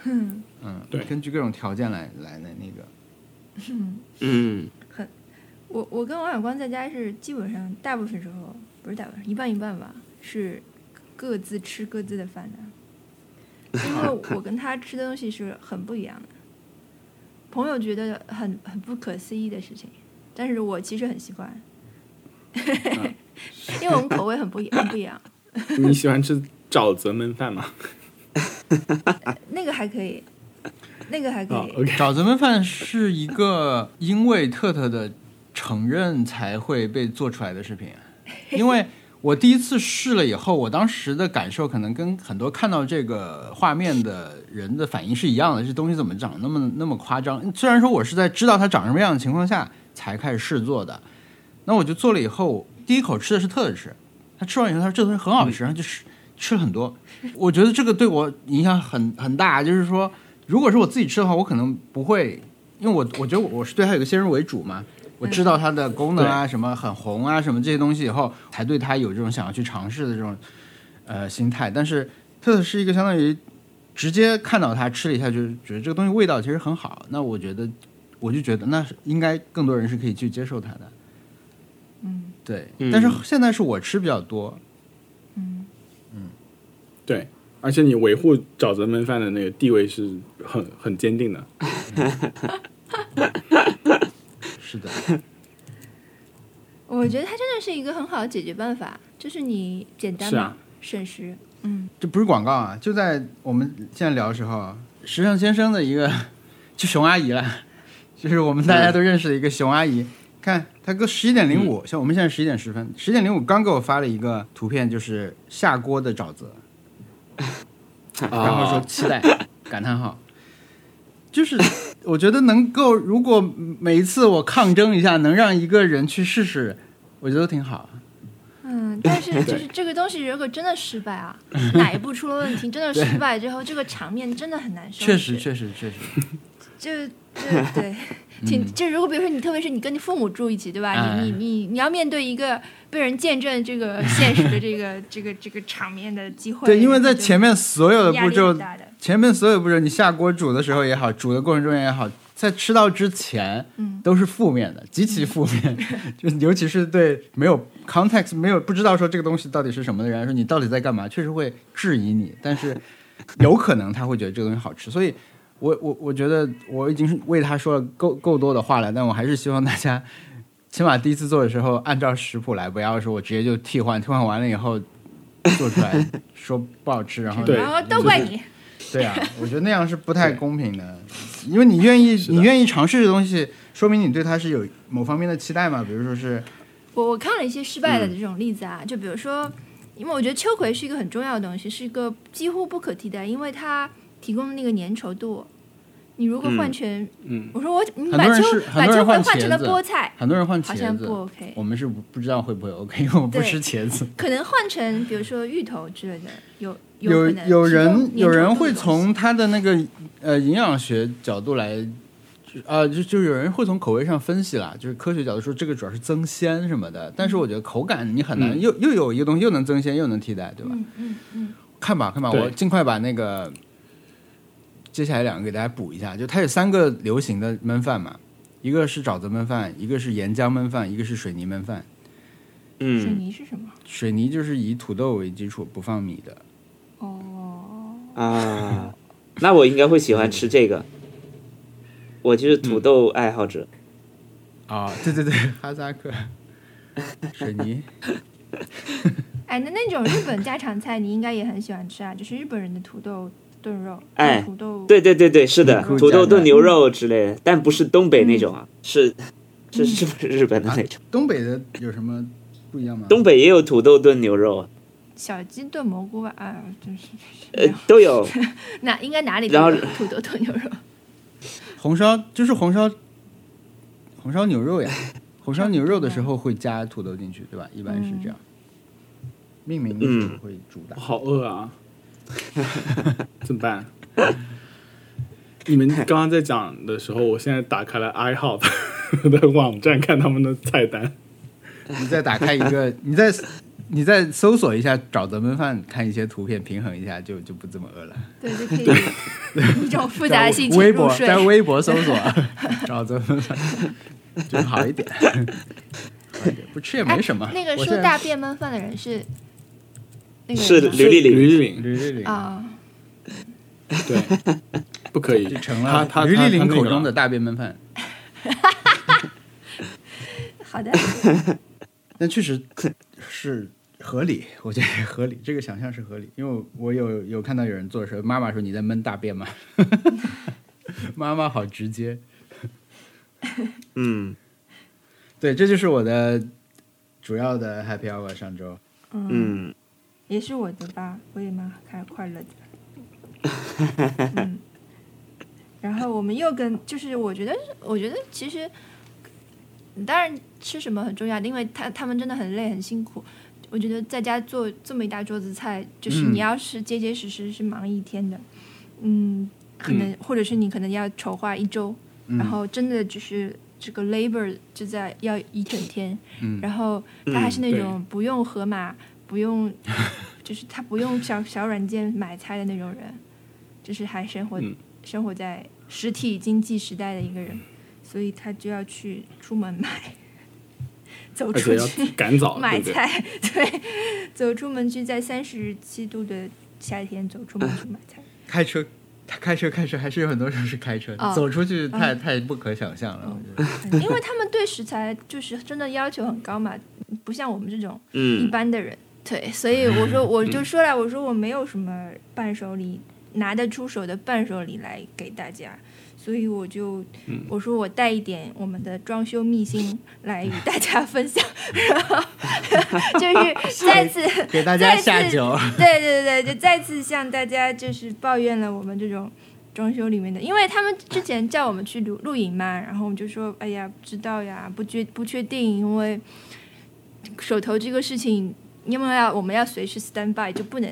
D: 嗯，
C: 嗯，
B: 对
C: 根据各种条件来来那那个，
A: 嗯
D: 我我跟王小光在家是基本上大部分时候不是大部分，一半一半吧，是各自吃各自的饭的。因为我跟他吃的东西是很不一样的。朋友觉得很很不可思议的事情，但是我其实很习
B: 啊
D: 惯， <laughs> 因为我们口味很不一很不一样。
B: 你喜欢吃沼泽焖饭吗？
D: 那个还可以，那个还可
B: 啊
D: 以。
B: ，OK，
C: 沼泽焖饭是一个因为特特的承认才会被做出来的视频，因为我第一次试了以后，我当时的感受可能跟很多看到这个画面的人的反应是一样的，这东西怎么长那么那么夸张？虽然说我是在知道它长什么样的情况下才开始试做的，那我就做了以后，第一口吃的是特特吃，他吃完以后他说这东西很好吃，然后就吃吃了很多，我觉得这个对我影响很很大，就是说。如果是我自己吃的话，我可能不会，因为我我觉得我我是对它有个先入为主嘛，我知道它的功能啊，什么很红啊，什么这些东西以后，才对它有这种想要去尝试的这种呃心态。但是特特是一个相当于直接看到它吃了一下，就是觉得这个东西味道其实很好。那我觉得我就觉得那是应该更多人是可以去接受它的。嗯，对。
A: 嗯
C: 但是现在是我吃比较多，
B: 对，而且你维护沼泽焖饭的那个地位是很很坚定的。
C: 是的，
D: 我觉得它真的是一个很好的解决办法，就是你简单
B: 是
D: 嘛，
B: 啊
D: 省时。
C: 这不是广告啊，就在我们现在聊的时候，时尚先生的一个 <laughs> 就熊阿姨了，就是我们大家都认识的一个熊阿姨。看她哥十一点零五，像我们现在十一点十分，十点零五刚给我发了一个图片，就是下锅的沼泽，然后说期待感叹号。就是我觉得能够，如果每一次我抗争一下，能让一个人去试试，我觉得都挺好。
D: 嗯，但是就是这个东西，如果真的失败啊，哪一步出了问题，真的失败之后，这个场面真的很难收拾。
C: 确实，确实，确实。
D: 就就
C: <laughs>
D: 对，挺就如果比如说你，特别是你跟你父母住一起，对吧？
C: 嗯哎
D: 你你你你要面对一个被人见证这
C: <laughs>
D: 个现实的这个这个这个场面的机会，
C: 对，因为在
D: 就
C: 前面所有的
D: 压
C: 步
D: 力
C: 骤
D: 很大的，
C: 前面所有步骤，你下锅煮的时候也好，煮的过程中也好，在吃到之前，
D: 嗯
C: 都是负面的，极其负面，就是尤其是对没有 context、没有不知道说这个东西到底是什么的人来说，你到底在干嘛，确实会质疑你，但是有可能他会觉得这个东西好吃，所以我我我觉得我已经是为他说了够够多的话了，但我还是希望大家。起码第一次做的时候，按照食谱来，不要说我直接就替换，替换完了以后做出来说不好吃，然后
B: 对
D: 然后都怪你，
C: <laughs> 对啊，我觉得那样是不太公平的，因为你愿意，
B: 的
C: 你愿意尝试这东西，说明你对它是有某方面的期待嘛，比如说是，
D: 我我看了一些失败
C: 嗯
D: 的这种例子啊，就比如说，因为我觉得秋葵是一个很重要的东西，是一个几乎不可替代，因为它提供的那个粘稠度。你如果换成，
B: 嗯
D: 我说我你
C: 很
D: 把
C: 多人
D: 秋
C: 是
D: 把
C: 很
D: 秋
C: 多人
D: 葵
C: 换
D: 换
C: 茄
D: 成了
C: 子，
D: 菠菜，
C: 很多人换
D: 好像
C: 茄
D: 不
C: 子，
D: OK，
C: 我们是不不知道会不会 OK，因为我们不
D: 对
C: 吃茄子。
D: 可能换成比如说芋头之类的， <laughs> 有
C: 有
D: 可能
C: 有
D: 提供
C: 人
D: 粘
C: 有
D: 稠
C: 人
D: 度的
C: 会
D: 东西
C: 从他的那个呃营养学角度来，啊、就就有人会从口味上分析啦，就是科学角度说这个主要是增鲜什么的，但是我觉得口感你很难、
B: 嗯
C: 又又有一个东西又能增鲜又能替代，对吧？
D: 嗯嗯嗯
C: 看吧，看吧，
B: 对
C: 我尽快把那个接下来两个给大家补一下。就它有三个流行的焖饭嘛，一个是沼泽焖饭，一个是岩浆焖饭，一个是水泥焖饭。
D: 水
A: 嗯
D: 泥是什么？
C: 水泥就是以土豆为基础不放米的，
D: 哦，
A: 啊，那我应该会喜欢吃这个。我就是土豆爱好者，
C: 啊， <laughs> 对对对，哈萨克水泥，
D: 哎，那那种日本家常菜你应该也很喜欢吃啊，就是日本人的土豆炖肉，
A: 哎
D: 土豆
A: 对对对对，是的
C: 嗯，
A: 土豆炖牛肉之类的，但不是东北那种啊，是是日本日本的那种，
C: 东北的有什么不一样吗？
A: 东北也有土豆炖牛肉啊，
D: 小鸡炖蘑菇吧，哎呦，真是
A: 呃，都有，
D: 哪应该哪里都
A: 然后
D: 有土豆炖牛肉，
C: 红烧就是红烧红烧牛肉呀，红烧牛肉的时候会加土豆进去，对吧？一般是这样。命名的时候会主打
B: 我。好饿啊，怎么办？ <laughs> 你们刚刚在讲的时候，我现在打开了 iHop <laughs> 的网站，看他们的菜单。
C: 你再打开一
D: <laughs>
C: 个，你再你再搜索一下沼泽焖饭，看一些图片，平衡一下，就就不这么饿了。
D: 对，就可以一种复杂的心
C: <laughs> 在
D: 情
C: 微
D: 入
C: 博
D: 睡
C: 在。微博搜索
D: <laughs>
C: 沼泽焖饭，就好一点，好一点不吃也没什么。
D: 哎那个
C: 我
D: 说
C: 现在
D: 大便焖饭的人是那个
A: 是
D: 人吗
A: 吕丽
B: 吕
A: 玲，
B: 丽
C: 捋
B: 玲，
C: 捋捋
D: 啊，
B: 对，不可以
C: 就，成
B: 他
C: 了
B: 他
C: 于
B: 他他
C: 丽玲
B: 那
C: 口
B: 个
C: 中
B: 了
C: 的大便焖饭。
A: <laughs>
D: 好的，
C: 但确实是合理， <laughs> 我觉得合理，这个想象是合理，因为我有有看到有人做的时候，妈妈说你在闷大便吗？ <laughs> 妈妈好直接，
A: 嗯
C: 对，这就是我的主要的 happy hour 上周，
D: 嗯，
A: 嗯，
D: 也是我的吧，我也蛮开快乐的。
C: <laughs>
D: 嗯，然后我们又跟，就是我觉得，我觉得其实，当然吃什么很重要，因为他他们真的很累很辛苦。我觉得在家做这么一大桌子菜，就是
C: 嗯
D: 你要是结结实实是忙一天的，嗯，可能、或者是你可能要筹划一周，
C: 嗯、
D: 然后真的就是这个 labor 就在要一整天，
C: 嗯
D: 然后它还是那
B: 对
D: 种不用盒马、不用， <laughs> 就是他不用小小软件买菜的那种人，就是还生活、
B: 嗯
D: 生活在实体经济时代的一个人，所以他就要去出门买，走
B: 而
D: 出
B: 且要
D: 去
B: 赶早，对
D: 买
B: 不对？
D: 菜， <laughs> 对，走出门去，在三十七度的夏天走出门去买
B: <laughs>
D: 菜。
C: 开车。他开车，开车还是有很多时候是开车，
D: 哦
C: 走出去太、
D: 嗯
C: 太不可想象了。
D: 嗯
C: 我觉
D: <laughs>
C: 得
D: 嗯因为他们对食材就是真的要求很高嘛，不像我们这种一
A: 嗯
D: 般的人。对，所以我说我就说了，我说我没有什么伴手礼拿得出手的伴手礼来给大家，所以我就
B: 嗯
D: 我说我带一点我们的装修秘辛来与大家分享，然后 <laughs> 就是再次
C: 给大家
D: 再次
C: 下酒，
D: <laughs> 对对对，对就再次向大家就是抱怨了我们这种装修里面的，因为他们之前叫我们去露露营嘛，然后我们就说，哎呀，不知道呀，不确不确定，因为手头这个事情，因为要我们要随时 stand by，就不能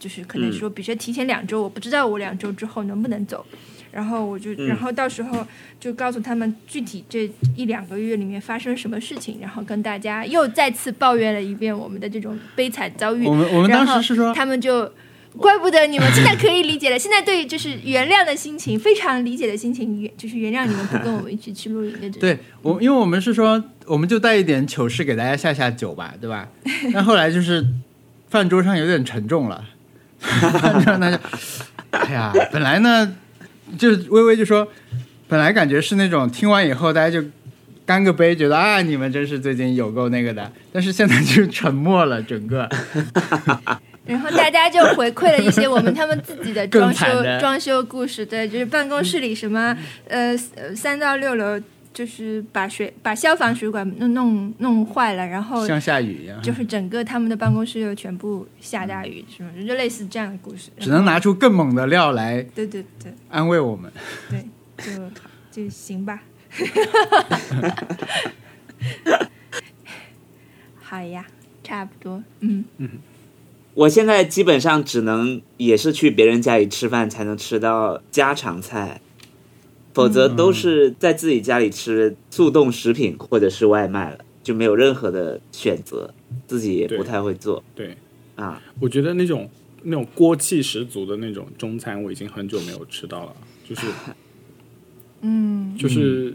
D: 就是可能
A: 嗯
D: 说，比如说提前两周，我不知道我两周之后能不能走。然后我就，
A: 嗯
D: 然后到时候就告诉他们具体这一两个月里面发生什么事情，然后跟大家又再次抱怨了一遍我们的这种悲惨遭遇。
C: 我们我们
D: 然
C: 当
D: 后
C: 时是说，
D: 他们就。怪不得你们现在可以理解了，现在对于就是原谅的心情，非常理解的心情，原就是原谅你们不跟我们一起去露营的这种。
C: <laughs> 对我，因为我们是说，我们就带一点糗事给大家下下酒吧，对吧？但后来就是饭桌上有点沉重了，饭桌上大家，哎呀，本来呢，就是微微就说，本来感觉是那种听完以后大家就干个杯，觉得啊，你们真是最近有够那个的，但是现在就是沉默了，整个
D: 然后大家就回馈了一些我们他们自己的
C: 更
D: 装修
C: 惨的嗯
D: 装修故事，对，就是办公室里什么呃呃三到六楼就是把水把消防水管弄弄弄坏了，然后
C: 像下雨一样，
D: 就是整个他们的办公室又全部下大雨，什么就类似这样的故事。
C: 只能拿出更猛的料来
D: 对对对
C: 安慰我们。
D: 对，就就行吧。好呀，差不多，嗯，
A: 我现在基本上只能也是去别人家里吃饭才能吃到家常菜，否则都是在自己家里吃速冻食品或者是外卖了，就没有任何的选择，自己也不太会做
B: 对，
A: 啊。
B: 我觉得那种那种锅气十足的那种中餐，我已经很久没有吃到了，就是
D: 嗯，
B: 就是、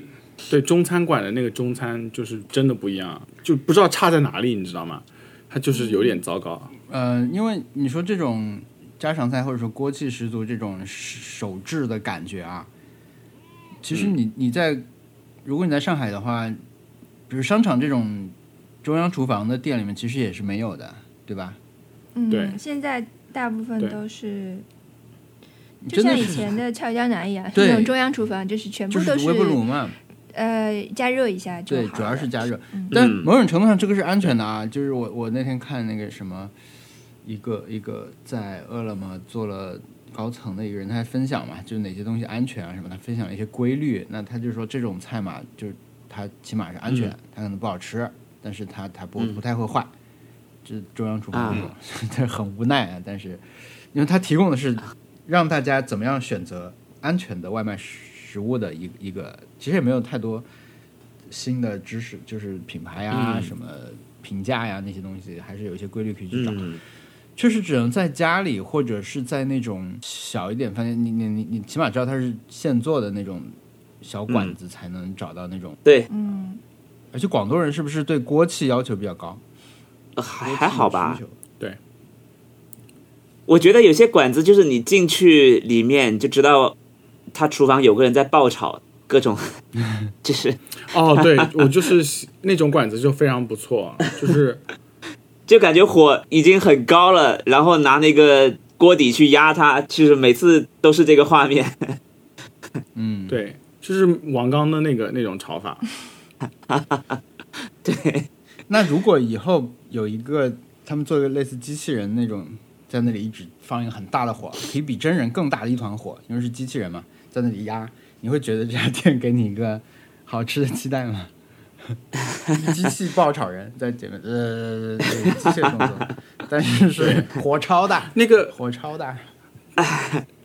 B: 对中餐馆的那个中餐，就是真的不一样，就不知道差在哪里，你知道吗？它就是有点糟糕。
C: 呃，因为你说这种家常菜或者说锅气十足这种手制的感觉啊，其实你你在如果你在上海的话，比如商场这种中央厨房的店里面，其实也是没有的，对吧？
B: 对
D: 嗯，现在大部分
B: 对
D: 都是就
C: 真的
D: 像以
C: 是
D: 前
C: <laughs>
D: 的俏江南一样，
C: 对
D: 那种中央厨房，就是全
C: 就
D: 部
C: 是
D: 都
C: 微波炉嘛，
D: 呃加热一下就好
C: 对，
D: 了。
C: 主要是加热
D: 嗯，
C: 但某种程度上这个是安全的啊。就是我我那天看那个什么，一个一个在饿了么做了高层的一个人，他还分享嘛，就是哪些东西安全啊什么，他分享了一些规律。那他就说这种菜嘛，就是它起码是安全，它可能不好吃，但是它它不
A: 嗯
C: 不太会坏。就是中央厨房
A: 啊
C: 那种， <laughs> 这、很无奈啊。但是，因为它提供的是让大家怎么样选择安全的外卖食物的一一个，其实也没有太多新的知识，就是品牌呀、
A: 嗯
C: 什么评价呀那些东西，还是有一些规律可以去找。
A: 嗯
C: 确实只能在家里或者是在那种小一点饭店，你你你你起码知道它是现做的那种小馆
A: 嗯
C: 子才能找到那种。
A: 对，
D: 嗯，
C: 而且广东人是不是对锅气要求比较高？
A: 呃还还好吧
C: 锅气有需求？
B: 对，
A: 我觉得有些馆子就是你进去里面就知道，他厨房有个人在爆炒各种，就是
B: 哦，对我就是那种馆子就非常不错，就是
A: 就感觉火已经很高了，然后拿那个锅底去压它，就是每次都是这个画面。
C: 嗯，
B: 对，就是王刚的那个那种炒法。
A: 对，
C: 那如果以后有一个他们做一个类似机器人那种，在那里一直放一个很大的火，可以比真人更大的一团火，因为是机器人嘛，在那里压，你会觉得这家店给你一个 <laughs>
D: <laughs>
C: 好吃的鸡蛋吗？机器爆炒人在前面，呃，对机械动作，呃但是是火超大， <laughs>
B: 那个
C: 火超大，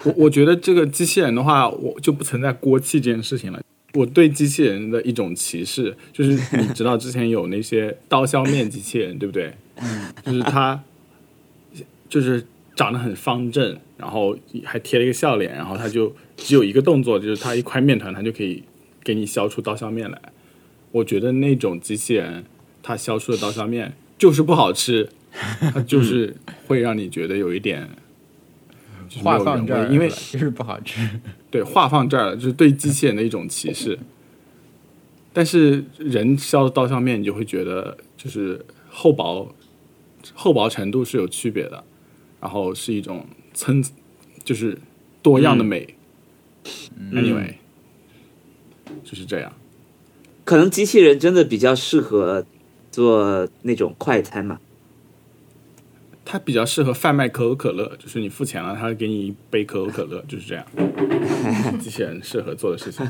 B: 我我觉得这个机器人的话，我就不存在锅气这件事情了。我对机器人的一种歧
C: <laughs>
B: 视，就是你知道之前有那些刀削面机器人，对不对？
C: 嗯，
B: 就是它，就是长得很方正，然后还贴了一个笑脸，然后它就只有一个动作，就是它一块面团，它就可以给你削出刀削面来。我觉得那种机器人，它削出的刀削面就是不好
C: <laughs>
B: 吃，它就是会让你觉得有一点就是没有
C: 话放这
B: 人味
C: 儿了，
B: 因为
C: <laughs> 就是不好吃。
B: 对，话放这儿了，就是对机器人的一种歧视。但是人削的刀削面，你就会觉得就是厚薄厚薄程度是有区别的，然后是一种参，就是多样的美。anyway，就是这样。
A: 可能机器人真的比较适合做那种快餐嘛。
B: 它比较适合贩卖可口可乐，就是你付钱了，它给你一杯可口可乐，就是这样。机器人适合做的事情。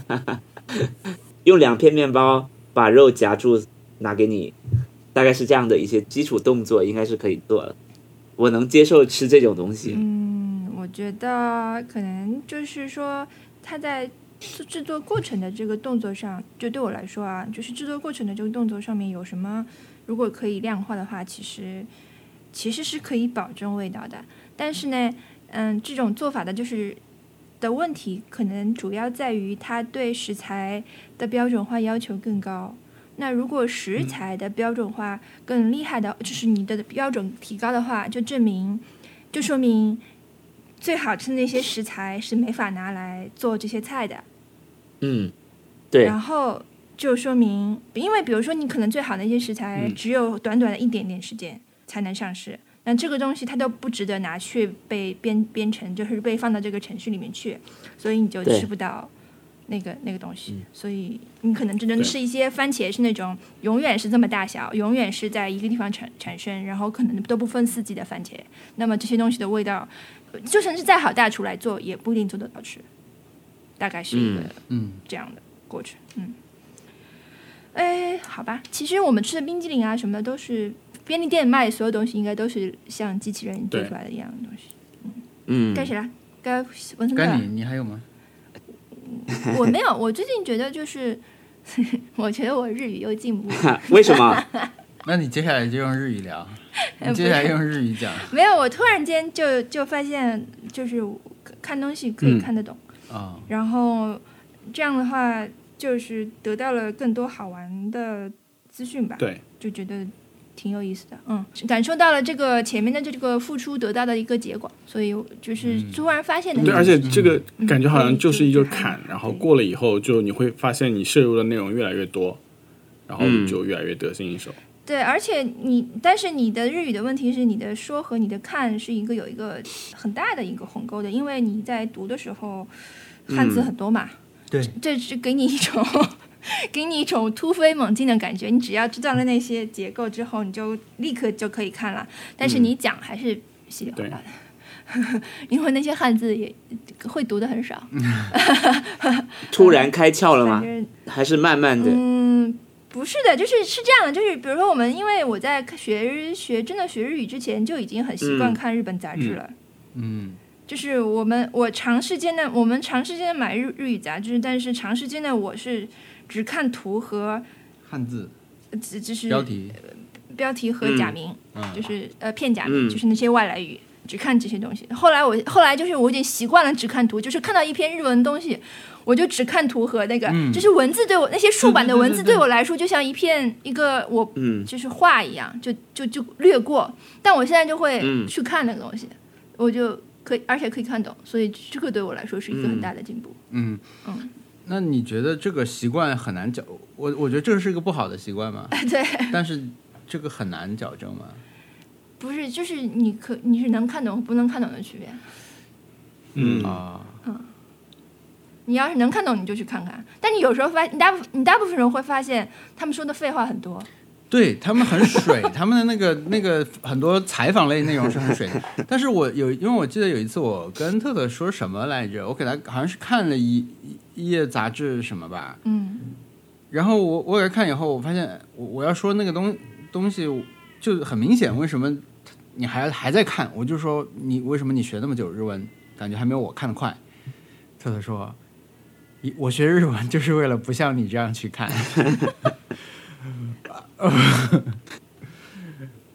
A: 用两片面包把肉夹住，拿给你，大概是这样的一些基础动作，应该是可以做的。我能接受吃这种东西，
D: 嗯，我觉得可能就是说，他在制制作过程的这个动作上，就对我来说啊，就是制作过程的这个动作上面有什么，如果可以量化的话，其实其实是可以保证味道的。但是呢，嗯，这种做法的就是的问题，可能主要在于它对食材的标准化要求更高。那如果食材的标准化更厉害的，就是你的标准提高的话，就证明，就说明最好吃的那些食材是没法拿来做这些菜的。
A: 嗯，对
D: 然后就说明，因为比如说你可能最好的一些食材
B: 嗯
D: 只有短短的一点点时间才能上市，那这个东西它都不值得拿去被编编程，就是被放到这个程序里面去，所以你就
A: 对
D: 吃不到那个那个东西。所以你可能只能
B: 对
D: 吃一些番茄，是那种永远是这么大小，永远是在一个地方产产生，然后可能都不分四季的番茄。那么这些东西的味道，呃就算是再好大厨来做，也不一定做得到吃。大概是一个
A: 嗯
C: 嗯，
D: 这样的过程。嗯，哎，好吧，其实我们吃的冰激凌啊什么的都是便利店卖，所有东西应该都是像机器人做
B: 对
D: 出来的一样的东西。
A: 嗯，
D: 该谁了？该文森特
C: 该
D: 了
C: 你，。你还有吗？
D: 我没有，我最近觉得就是， <laughs> 我觉得我日语又进步了。
A: <laughs> 啊为什
D: <laughs>
A: 么？
C: 那你接下来就用日语聊，
D: 呃
C: 你
D: <laughs>
C: 接
D: 不
C: 下来
D: 是
C: 用日语讲。
D: 没有，我突然间就就发现，就是我看东西可以
B: 嗯
D: 看得懂。
C: 啊、
D: 然后这样的话，就是得到了更多好玩的资讯吧。
B: 对，
D: 就觉得挺有意思的，嗯，感受到了这个前面的这个付出得到的一个结果，所以就是
C: 嗯
D: 突然发现的、
B: 对，而且这个
D: 嗯
B: 感觉好像就是一个坎
D: 嗯，
B: 然后过了以后，就你会发现你摄入的内容越来越多，然后
A: 嗯
B: 就越来越得心应手。
D: 对，而且你，但是你的日语的问题是，你的说和你的看是一个有一个很大的一个鸿沟的，因为你在读的时候汉
B: 嗯
D: 字很多嘛，
C: 对，
D: 这是给你一种 <laughs> 给你一种突飞猛进的感觉。你只要知道了那些结构之后，你就立刻就可以看了，但
C: 嗯
D: 是你讲还是稀里哗啦的。 <laughs> 因为那些汉字也会读的很少，
C: 嗯
A: 突然开窍了
D: 反
A: 吗？
D: 正
A: 还是慢慢的？
D: 嗯，不是的，就是是这样的，就是比如说我们，因为我在学学真的学日语之前就已经很习惯
A: 嗯
D: 看日本杂志了。
C: 嗯，
D: 就是我们我长时间的我们长时间的买日日语杂志，但是长时间的我是只看图和
C: 汉字
D: 呃只只是
C: 标题，
D: 标题和假名，
C: 嗯
D: 就是呃片假名，
A: 嗯
D: 就是那些外来语。只看这些东西。后来我后来就是我已经习惯了只看图，就是看到一篇日文东西，我就只看图和那个，
C: 嗯
D: 就是文字对我那些竖版的
C: 对对对
D: 文字
C: 对对
D: 对我来说就像一片一个我
A: 嗯
D: 就是画一样，就就就略过。但我现在就会
A: 嗯
D: 去看那个东西，我就可以，而且可以看懂，所以这个对我来说是一个很大的进步。 <laughs>
C: 嗯，
D: 嗯，
C: 那你觉得这个习惯很难矫？我我觉得这是一个不好的习惯嘛，
D: 对，
C: 但是这个很难矫正嘛。
D: 不是，就是你可你是能看懂和不能看懂的区别。
B: 嗯
C: 啊、
D: 你要是能看懂，你就去看看。但你有时候发，你大部你大部分人会发现，他们说的废话很多。
C: 对他们很水， <laughs> 他们的那个那个很多采访类内容是很水的。但是我有，因为我记得有一次我跟特特说什么来着，我给他好像是看了一一一页杂志什么吧，
D: 嗯
C: 然后我我给他看以后，我发现我我要说那个东东西就很明显，为什么你还还在看？我就说你为什么你学那么久日文，感觉还没有我看的快？特特说，一我学日文就是为了不像你这样去看。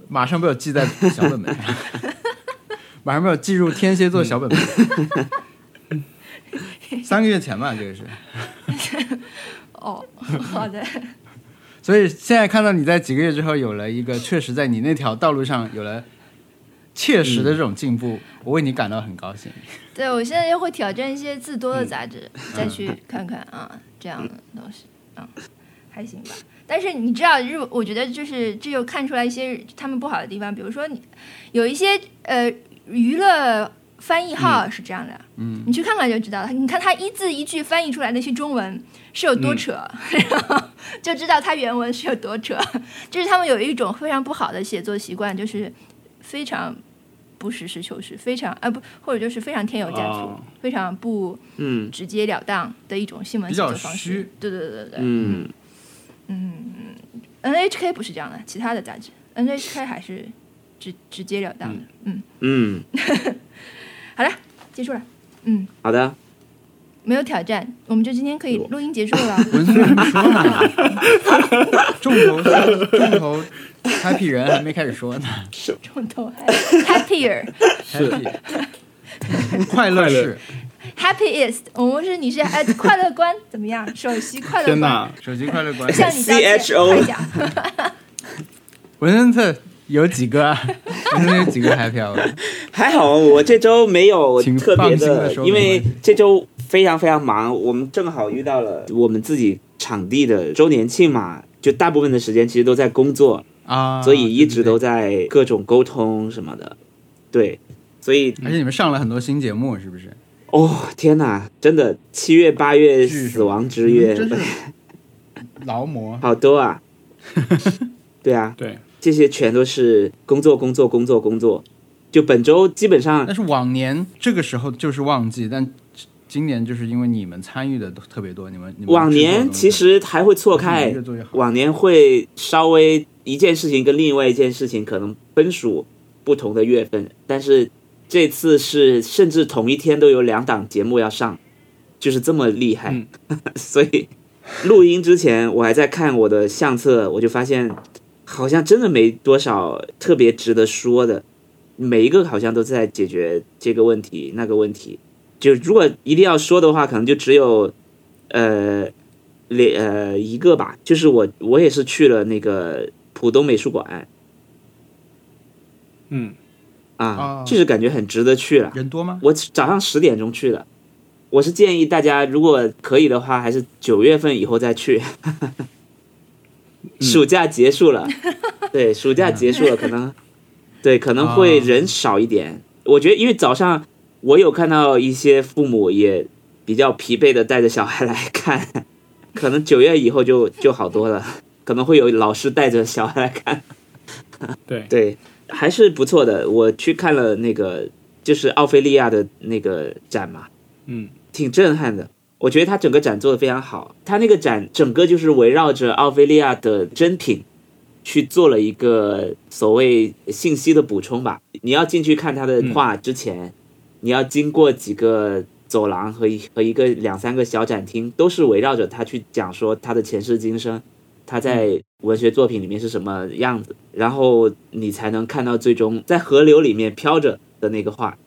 C: 马上被我记在小本本上，马上被我记入天蝎座小本本。三个月前吧，这个是。
D: 哦，好的，
C: 所以现在看到你在几个月之后有了一个确实在你那条道路上有了切实的这种进
B: 嗯
C: 步，我为你感到很高兴。
D: 对我现在又会挑战一些字多的杂志，再去看看啊这样的东西，嗯，还行吧。但是你知道日，我觉得就是这就看出来一些他们不好的地方，比如说你有一些呃娱乐翻译号是这样的，
C: 嗯，
D: 你去看看就知道了。你看它一字一句翻译出来那些中文是有多扯，
C: 嗯
D: <laughs> 然后就知道它原文是有多扯。 <laughs> 就是他们有一种非常不好的写作习惯，就是非常不实事求是，非常啊不，或者就是非常添油加醋，
B: 哦
D: 非常不
A: 嗯
D: 直截了当的一种新闻
C: 比
D: 写
C: 较
D: 作方式
C: 虚。
D: 对对对对对
A: 嗯，
D: ，NHK 不是这样的，其他的杂志 NHK 还是直直截了当的。嗯，
A: 嗯，
D: 好了，结束了。嗯，
A: 好的，
D: 没有挑战，我们就今天可以录音结束了。
C: 文松你说嘛，重头重头 happy 人还没开始说
B: <laughs>
C: 呢
D: <laughs> 重头 happier
C: ，happy 快乐
B: 快乐
C: 是
D: happiest，我们是你是哎快乐观怎么样？首席快乐
B: 天
D: 观
B: 哪，
C: 手机快乐关。
D: 向你道歉
A: CHO
D: 快讲
C: 文森特有几个啊？文森特有几个 happy hour？
A: 还好我这周没有
C: 请
A: 特别
C: 放心地
A: 的，
C: 说
A: 因
C: 没
A: 为
C: 关系
A: 这周非常非常忙，我们正好遇到了我们自己场地的周年庆嘛，就大部分的时间其实都在工作，
C: 啊，
A: 所以一直都
C: 对。对对
A: 在各种沟通什么的。对，所以
C: 嗯而且你们上了很多新节目，是不是？
A: 哦天哪，真的七月八月
C: 是
A: 死亡之月，
C: 真是劳模。
A: 好多
C: <laughs>
A: 啊。对啊，
B: 对，
A: 这些全都是工作工作工作工作。就本周基本上
C: 但是往年这个时候就是旺季，但今年就是因为你们参与的都特别多，你们你们
A: 往
C: 制作的
A: 年
C: 东西
A: 其实还会错
C: 你
A: 开
C: 们越，做越好。
A: 往年会稍微一件事情跟另外一件事情可能分属不同的月份，但是这次是甚至同一天都有两档节目要上，就是这么厉害。
B: 嗯
A: 所以录音之前我还在看我的相册，我就发现好像真的没多少特别值得说的，每一个好像都在解决这个问题那个问题。就如果一定要说的话，可能就只有呃两呃一个吧，就是我我也是去了那个浦东美术馆
B: 嗯，
A: 啊
C: 哦，
A: 就是感觉很值得去了。
C: 人多 <laughs> 吗？
A: 我早上十点钟去的，我是建议大家如果可以的话，还是九月份以后再去。暑假结束了，对，暑假结束了，可能对可能会
C: 哦
A: 人少一点。我觉得，因为早上我有看到一些父母也比较疲惫的带着小孩来看，可能九月以后就就好多了，可能会有老师带着小孩来看。
B: 对，
A: 对，还是不错的。我去看了那个，就是奥菲利亚的那个展嘛，
B: 嗯， <laughs>
A: 挺震撼的。我觉得他整个展做的非常好，他那个展整个就是围绕着奥菲利亚的珍品去做了一个所谓信息的补充吧。你要进去看他的画之前，你要经过几个走廊和一和一个两三个小展厅，都是围绕着他去讲说他的前世今生，他在文学作品里面是什么样子，然后你才能看到最终在河流里面飘着的那个画。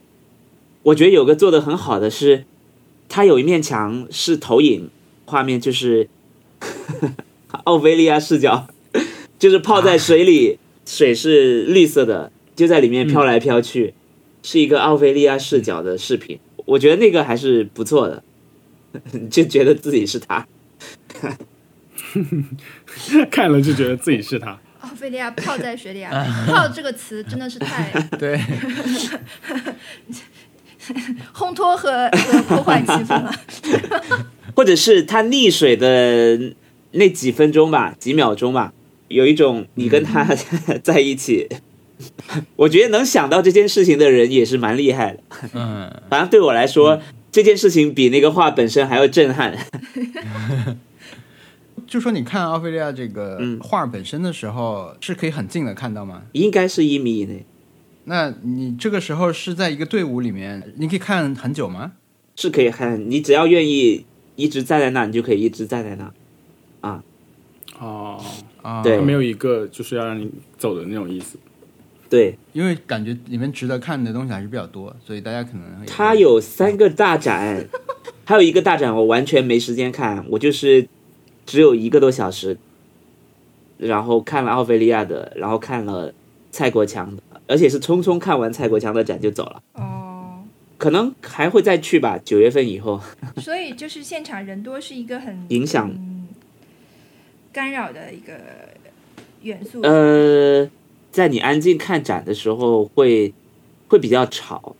A: 我觉得有个做的很好的是，它有一面墙是投影画面，就是 <laughs> 奥菲利亚视角，就是泡在水里，水是绿色的，就在里面飘来飘去。是一个奥菲利亚视角的视频，我觉得那个还是不错的， <laughs> 就觉得自己是他。
B: 看了就觉得自己是他。
D: 奥菲利亚泡在水里啊！泡这个词真的是太
C: 对，
D: 烘托和和破坏气氛了。
A: 或者是他溺水的那几分钟吧，几秒钟吧，有一种你跟他 <laughs>
C: 嗯
A: 在一起，我觉得能想到这件事情的人也是蛮厉害的。
C: 嗯，
A: 反正对我来说，这件事情比那个画本身还要震撼。
C: 就说你看奥菲利亚这个
A: 嗯
C: 画本身的时候，是可以很近的看到吗？
A: 应该是一米以内，
C: 那你这个时候是在一个队伍里面，你可以看很久吗？
A: 是可以看，你只要愿意一直站在那，你就可以一直站在那。
B: 哦，
C: 啊、
A: 对
B: 他没有一个就是要让你走的那种意思。
A: 对，
C: 因为感觉里面值得看的东西还是比较多，所以大家可能也
A: 它有三个大展，还有一个大展我完全没时间看，我就是只有一个多小时，然后看了奥菲利亚的，然后看了蔡国强的，而且是匆匆看完蔡国强的展就走了，
D: 哦，
A: 可能还会再去吧，九月份以后
D: 所以就是现场人多是一个很
A: 影响
D: 嗯干扰的一个元素。
A: 呃，在你安静看展的时候会会比较吵，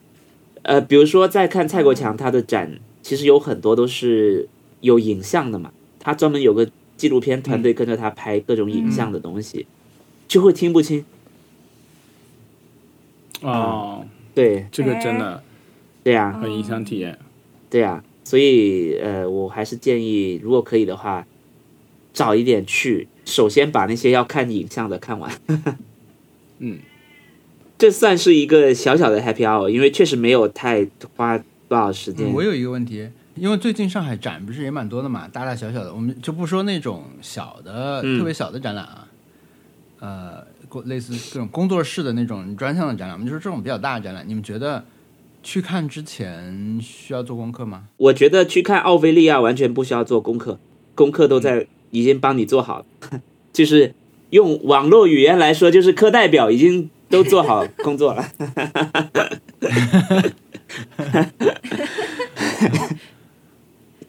A: 呃，比如说在看蔡国强他的展，其实有很多都是有影像的嘛，他专门有个纪录片团队跟着他拍各种影像的东西，就会听不清。
B: 哦，
A: 嗯对，
B: 这个真的
A: 对
D: 哎
A: 呀、
B: 很影响体验。
A: 对呀、所以呃，我还是建议，如果可以的话，早一点去，首先把那些要看影像的看完。 <laughs>
B: 嗯，
A: 这算是一个小小的 happy hour，因为确实没有太花多少时间。
C: 嗯我有一个问题，因为最近上海展不是也蛮多的嘛，大大小小的，我们就不说那种小的、
A: 嗯
C: 特别小的展览啊，呃，过类似这种工作室的那种专项的展览，我们就是这种比较大的展览，你们觉得去看之前需要做功课吗？
A: 我觉得去看奥菲利亚完全不需要做功课，功课都在已经帮你做好了， <laughs> 就是用网络语言来说，就是课代表已经都做好工作了。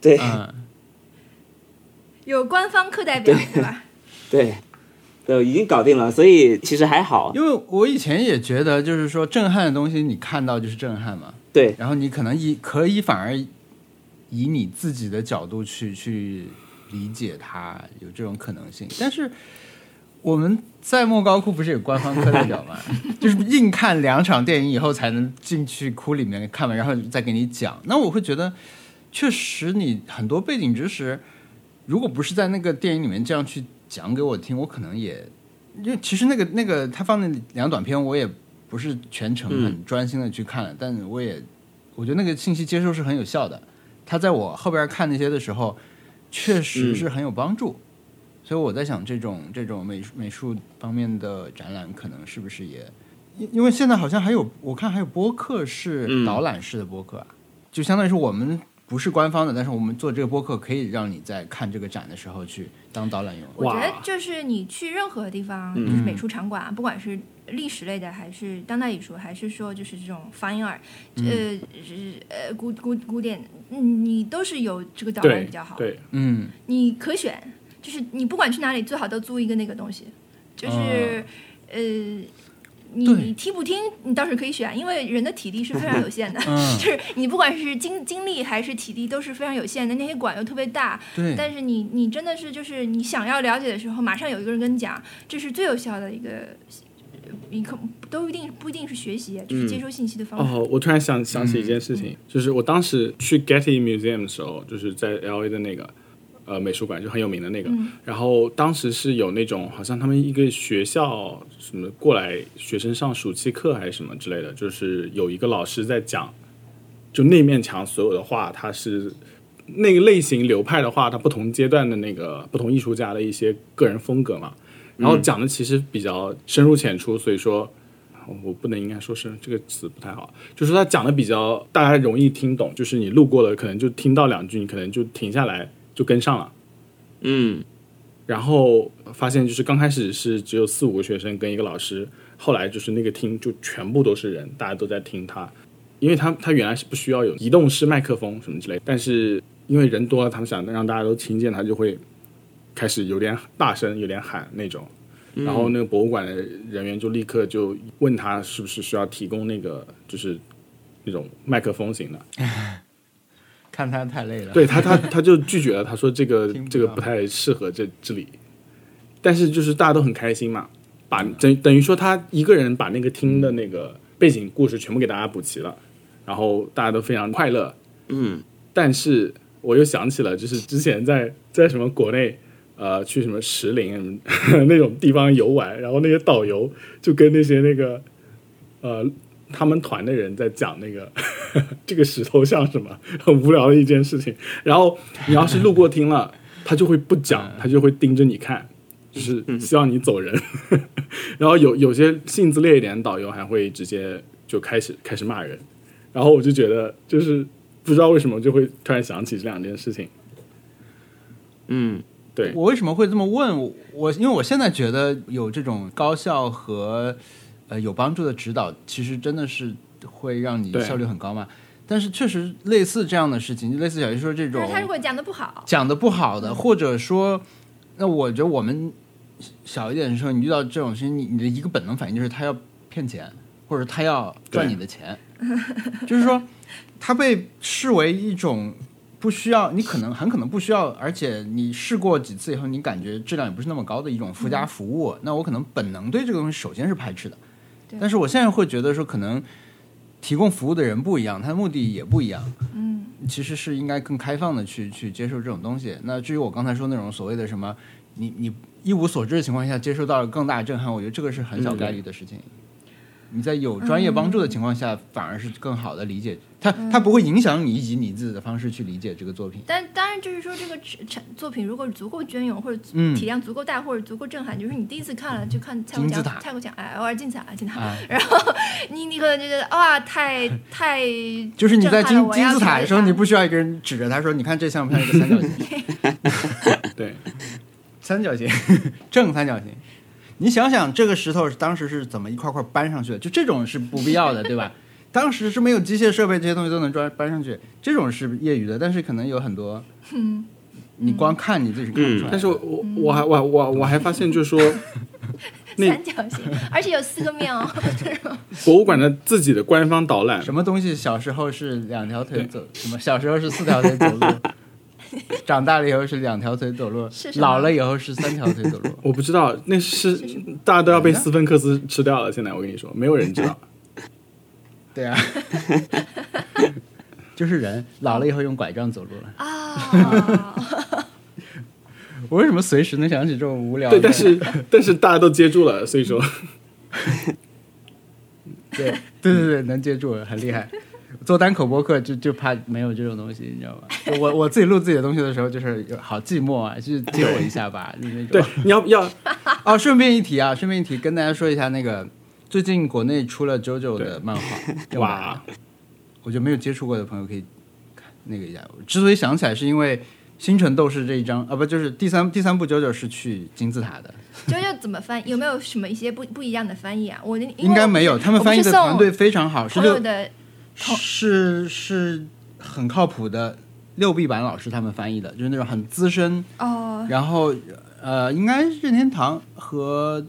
A: 对
C: 嗯，
D: 有官方课代表
B: <laughs>
D: 对吧？
A: 对对，已经搞定了，所以其实还好。
C: 因为我以前也觉得，就是说震撼的东西，你看到就是震撼嘛，
A: 对
C: 然后你可能以可以反而以你自己的角度去去理解它，有这种可能性。但是我们在莫高窟不是有官方课代表吗？就是硬看两场电影以后才能进去窟里面看完，然后再给你讲。那我会觉得，确实你很多背景知识，如果不是在那个电影里面这样去讲给我听，我可能也。因为其实那个那个他放那两个短片，我也不是全程很专心的去看了，但我也我觉得那个信息接收是很有效的。他在我后边看那些的时候，确实是很有帮助。所以我在想，这种这种美术美术方面的展览，可能是不是也，因因为现在好像还有，我看还有播客是
A: 嗯
C: 导览式的播客啊，就相当于是我们不是官方的，但是我们做这个播客可以让你在看这个展的时候去当导览用。
D: 我觉得
B: 哇
D: 就是你去任何地方，
A: 嗯
D: 就是美术场馆，不管是历史类的，还是当代艺术，还是说就是这种 fine art，、呃
B: 嗯
D: 是呃古古古典，嗯你都是有这个导览
B: 对
D: 比较好。
B: 对，
C: 嗯，
D: 你可选，就是你不管去哪里，最好都租一个那个东西，就是、
B: 嗯
D: 呃。你
C: 对
D: 你听不听，你倒是可以选，因为人的体力是非常有限的，
C: 嗯
D: <laughs> 就是你不管是精精力还是体力都是非常有限的。那些馆又特别大，
C: 对，
D: 但是你你真的是就是你想要了解的时候，马上有一个人跟你讲，这是最有效的一个，你可都一定不一定是学习，就是接收信息的方式。
B: 哦，我突然想想起一件事情，就是我当时去 Getty Museum 的时候，就是在 L A 的那个呃美术馆，就很有名的那个。然后当时是有那种好像他们一个学校什么过来学生上暑期课还是什么之类的，就是有一个老师在讲，就那面墙所有的画，它是那个类型流派的画，它不同阶段的那个不同艺术家的一些个人风格嘛。然后讲的其实比较深入浅出，所以说我不能应该说是这个词不太好，就是他讲的比较大家容易听懂，就是你路过了可能就听到两句，你可能就停下来就跟上了。
A: 嗯，
B: 然后发现就是刚开始是只有四五个学生跟一个老师，后来就是那个厅就全部都是人，大家都在听他，因为他他原来是不需要有移动式麦克风什么之类的，但是因为人多了，他们想让大家都听见，他就会开始有点大声，有点喊那种。然后那个博物馆的人员就立刻就问他是不是需要提供那个就是那种麦克风型的，
C: 看他太累了。
B: 对他，他他就拒绝了，他说这个
C: 听不到
B: 这个不太适合这这里。但是就是大家都很开心嘛，把
C: 嗯
B: 等等于说他一个人把那个厅的那个背景故事全部给大家补齐了，然后大家都非常快乐。
A: 嗯，
B: 但是我又想起了，就是之前在在什么国内。呃，去什么石林 <laughs> 什么那种地方游玩，然后那些导游就跟那些那个呃他们团的人在讲那个 <laughs> 这个石头像什么，很无聊的一件事情。然后你要是路过听了，他就会不讲，他就会盯着你看，就是希望你走人。 <laughs> 然后有有些性子烈一点的导游还会直接就开始开始骂人，然后我就觉得就是不知道为什么就会突然想起这两件事情。
A: 嗯，
B: 对，
C: 我为什么会这么问？我我因为我现在觉得有这种高效和呃有帮助的指导，其实真的是会让你
B: 对
C: 效率很高嘛。但是确实类似这样的事情，就类似小鱼说这
D: 就
C: 种
D: 是他如果讲的不好，
C: 讲的不好的，或者说，那我觉得我们小一点的时候，你遇到这种事情，你你的一个本能反应就是他要骗钱，或者他要赚你的钱， <laughs> 就是说，他被视为一种不需要，你可能很可能不需要，而且你试过几次以后，你感觉质量也不是那么高的一种附加服务。那我可能本能对这个东西首先是排斥的，
D: 对
C: 但是我现在会觉得说，可能提供服务的人不一样，他的目的也不一样。
D: 嗯，
C: 其实是应该更开放的去去接受这种东西。那至于我刚才说那种所谓的什么，你你一无所知的情况下接受到了更大的震撼，我觉得这个是很小概率的事情。你在有专业帮助的情况下，反而是更好的理解它，
D: 嗯
C: 它不会影响你以及你自己的方式去理解这个作品。
D: 但当然就是说这个成成作品如果足够隽永或者
C: 嗯
D: 体量足够大或者足够震撼，就是你第一次看了就看蔡国
C: 金字
D: 强
C: 塔
D: 蔡国强哎，偶尔金字塔金字塔，
C: 啊，
D: 然后你你可能就觉得哇，太太
C: 就是你在
D: 震撼了
C: 金
D: 我
C: 金
D: 要
C: 字塔的时候，
D: 去看
C: 你不需要一个人指着他说：“你看这像不像一个三角形？”
B: 对，
C: 三角形， <laughs> 正三角形。你想想，这个石头是当时是怎么一块块搬上去的？就这种是不必要的，
D: <laughs>
C: 对吧？当时是没有机械设备，这些东西都能装搬上去，这种是业余的。但是可能有很多，
D: 嗯
C: 你光看你自己是看不出来的。
B: 嗯但是我我我还我我我还发现就是 <laughs> 说。那
D: 三角形，而且有四个面
C: <laughs>
D: 哦，
B: 博物馆的自己的官方导览，
C: 什么东西小时候是两条腿走，什么小时候是四条腿走
D: <laughs>
C: 路，长大了以后是两条腿走路
D: 是，什么
C: 老了以后是三条腿走
D: <laughs>
C: 路。
B: 我不知道，那是嗯大家都要被斯芬克斯吃掉了。现在我跟你说，没有人知 <laughs> 道。
C: 对啊， <laughs> 就是人老了以后用拐杖走路了。
D: 啊，
C: 我为什么随时能想起这种无聊的？
B: 对，但是但是大家都接住了，所以说
C: 对对对对，能接住，很
B: <laughs>
C: 厉害。做单口播客就就怕没有这种东西，你知道吗？就我我自己录自己的东西的时候，就是有好寂寞啊，就是接我一下
B: <laughs>
C: 吧，就那种。
B: 对，你要要
C: 哦，顺便一提啊，顺便一提，跟大家说一下那个最近国内出了 JoJo 的漫画，
B: <laughs>
C: 正版
B: 哇，
C: 我觉得没有接触过的朋友可以看那个一下。我之所以想起来，是因为《星辰斗士》这一章啊，不就是第三第三部 JoJo 是去金字塔的，
D: 九九怎么翻？有没有什么一些不不一样的翻译啊？我那
C: 应该没有，他们翻译的团队非常好，是
D: 朋
C: 六
D: 友的同
C: 是是很靠谱的六必版老师他们翻译的，就是那种很资深，
D: 哦，
C: 然后呃，应该是任天堂和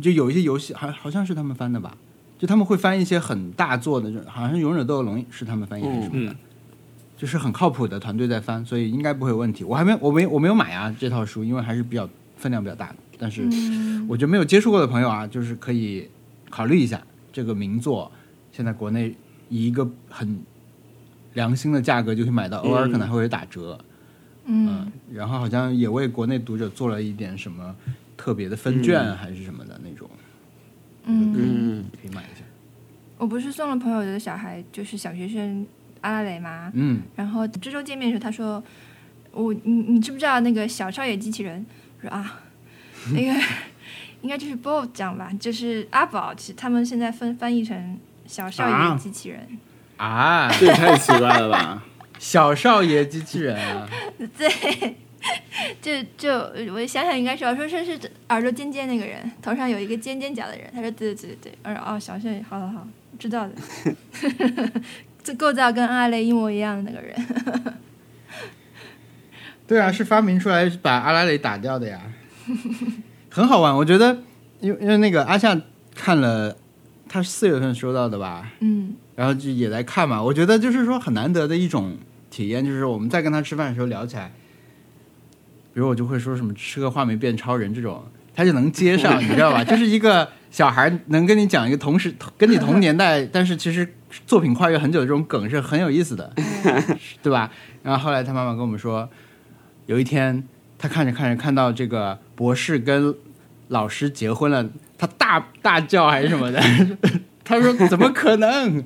C: 就有一些游戏，好好像是他们翻的吧，就他们会翻一些很大作的，就是好像是《勇者斗恶龙》是他们翻译还是什么的。
B: 嗯
C: 就是很靠谱的团队在翻，所以应该不会有问题。我还没，我没，我没有买啊这套书，因为还是比较分量比较大的。但是，
D: 嗯，
C: 我觉得没有接触过的朋友啊，就是可以考虑一下这个名作，现在国内以一个很良心的价格就可以买到，偶尔可能还会打折，
D: 嗯，
C: 然后好像也为国内读者做了一点什么特别的分卷还是什么的那种，
D: 嗯，
A: 嗯，
C: 可以买一下。
D: 我不是送了朋友的小孩，就是小学生阿拉蕾吗？
C: 嗯，
D: 然后这周见面的时候，他说：“我你你知不知道那个小少爷机器人？”我说啊，那个应该就是 Bob 讲吧，就是阿宝，其实他们现在分翻译成小少
B: 啊
D: 爷机器人，
C: 啊，
B: 这也太奇怪了吧？
C: 小少爷机器人啊，
D: 对。就就我想想应该是哦我说是是耳朵尖尖那个人，头上有一个尖尖角的人。他说对对对对，我说哦，小谢，好好好，知道的。 <laughs> 这构造跟阿雷一模一样的那个人。
C: <laughs> 对啊，是发明出来把阿拉蕾打掉的呀， <laughs> 很好玩。我觉得，因为因为那个阿夏看了，他是四月份收到的吧，
D: 嗯，
C: 然后就也来看嘛。我觉得就是说很难得的一种体验，就是我们在跟他吃饭的时候聊起来，比如我就会说什么吃个话梅变超人这种，他就能接上，你知道吧？就是一个小孩能跟你讲一个同时跟你同年代，但是其实作品跨越很久的这种梗是很有意思的，对吧？然后后来他妈妈跟我们说。有一天，他看着看着看到这个博士跟老师结婚了，他大大叫还是什么的， <laughs> 他说怎么可能？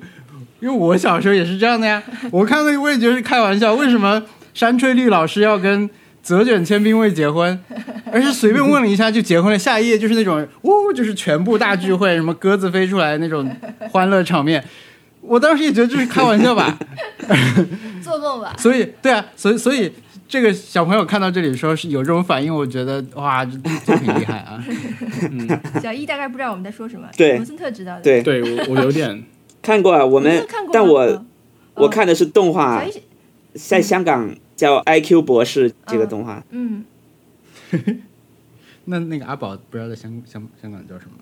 C: 因为我小时候也是这样的呀，我看那个我也觉得是开玩笑，为什么山吹绿老师要跟泽卷千兵卫结婚？而是随便问了一下就结婚了，下一页就是那种呜、哦，就是全部大聚会，什么鸽子飞出来那种欢乐场面。我当时也觉得这是开玩笑吧，
D: 做梦吧。
C: 所以，对啊，所以所以。这个小朋友看到这里说是有这种反应，我觉得哇，这这挺厉害啊！
D: 小易大概不知道我们在说什么，
A: 对
D: 罗森特知道的。
A: 对，
B: 对我我有点
A: 看过啊，我们
D: 你看过吗嗯
A: 但我、啊
D: 哦
A: 我看的是动画
D: 小，易，
A: 在香港叫《IQ 博士》这个动画，
D: 嗯，
C: 那那个阿宝不知道在香香香港叫什么？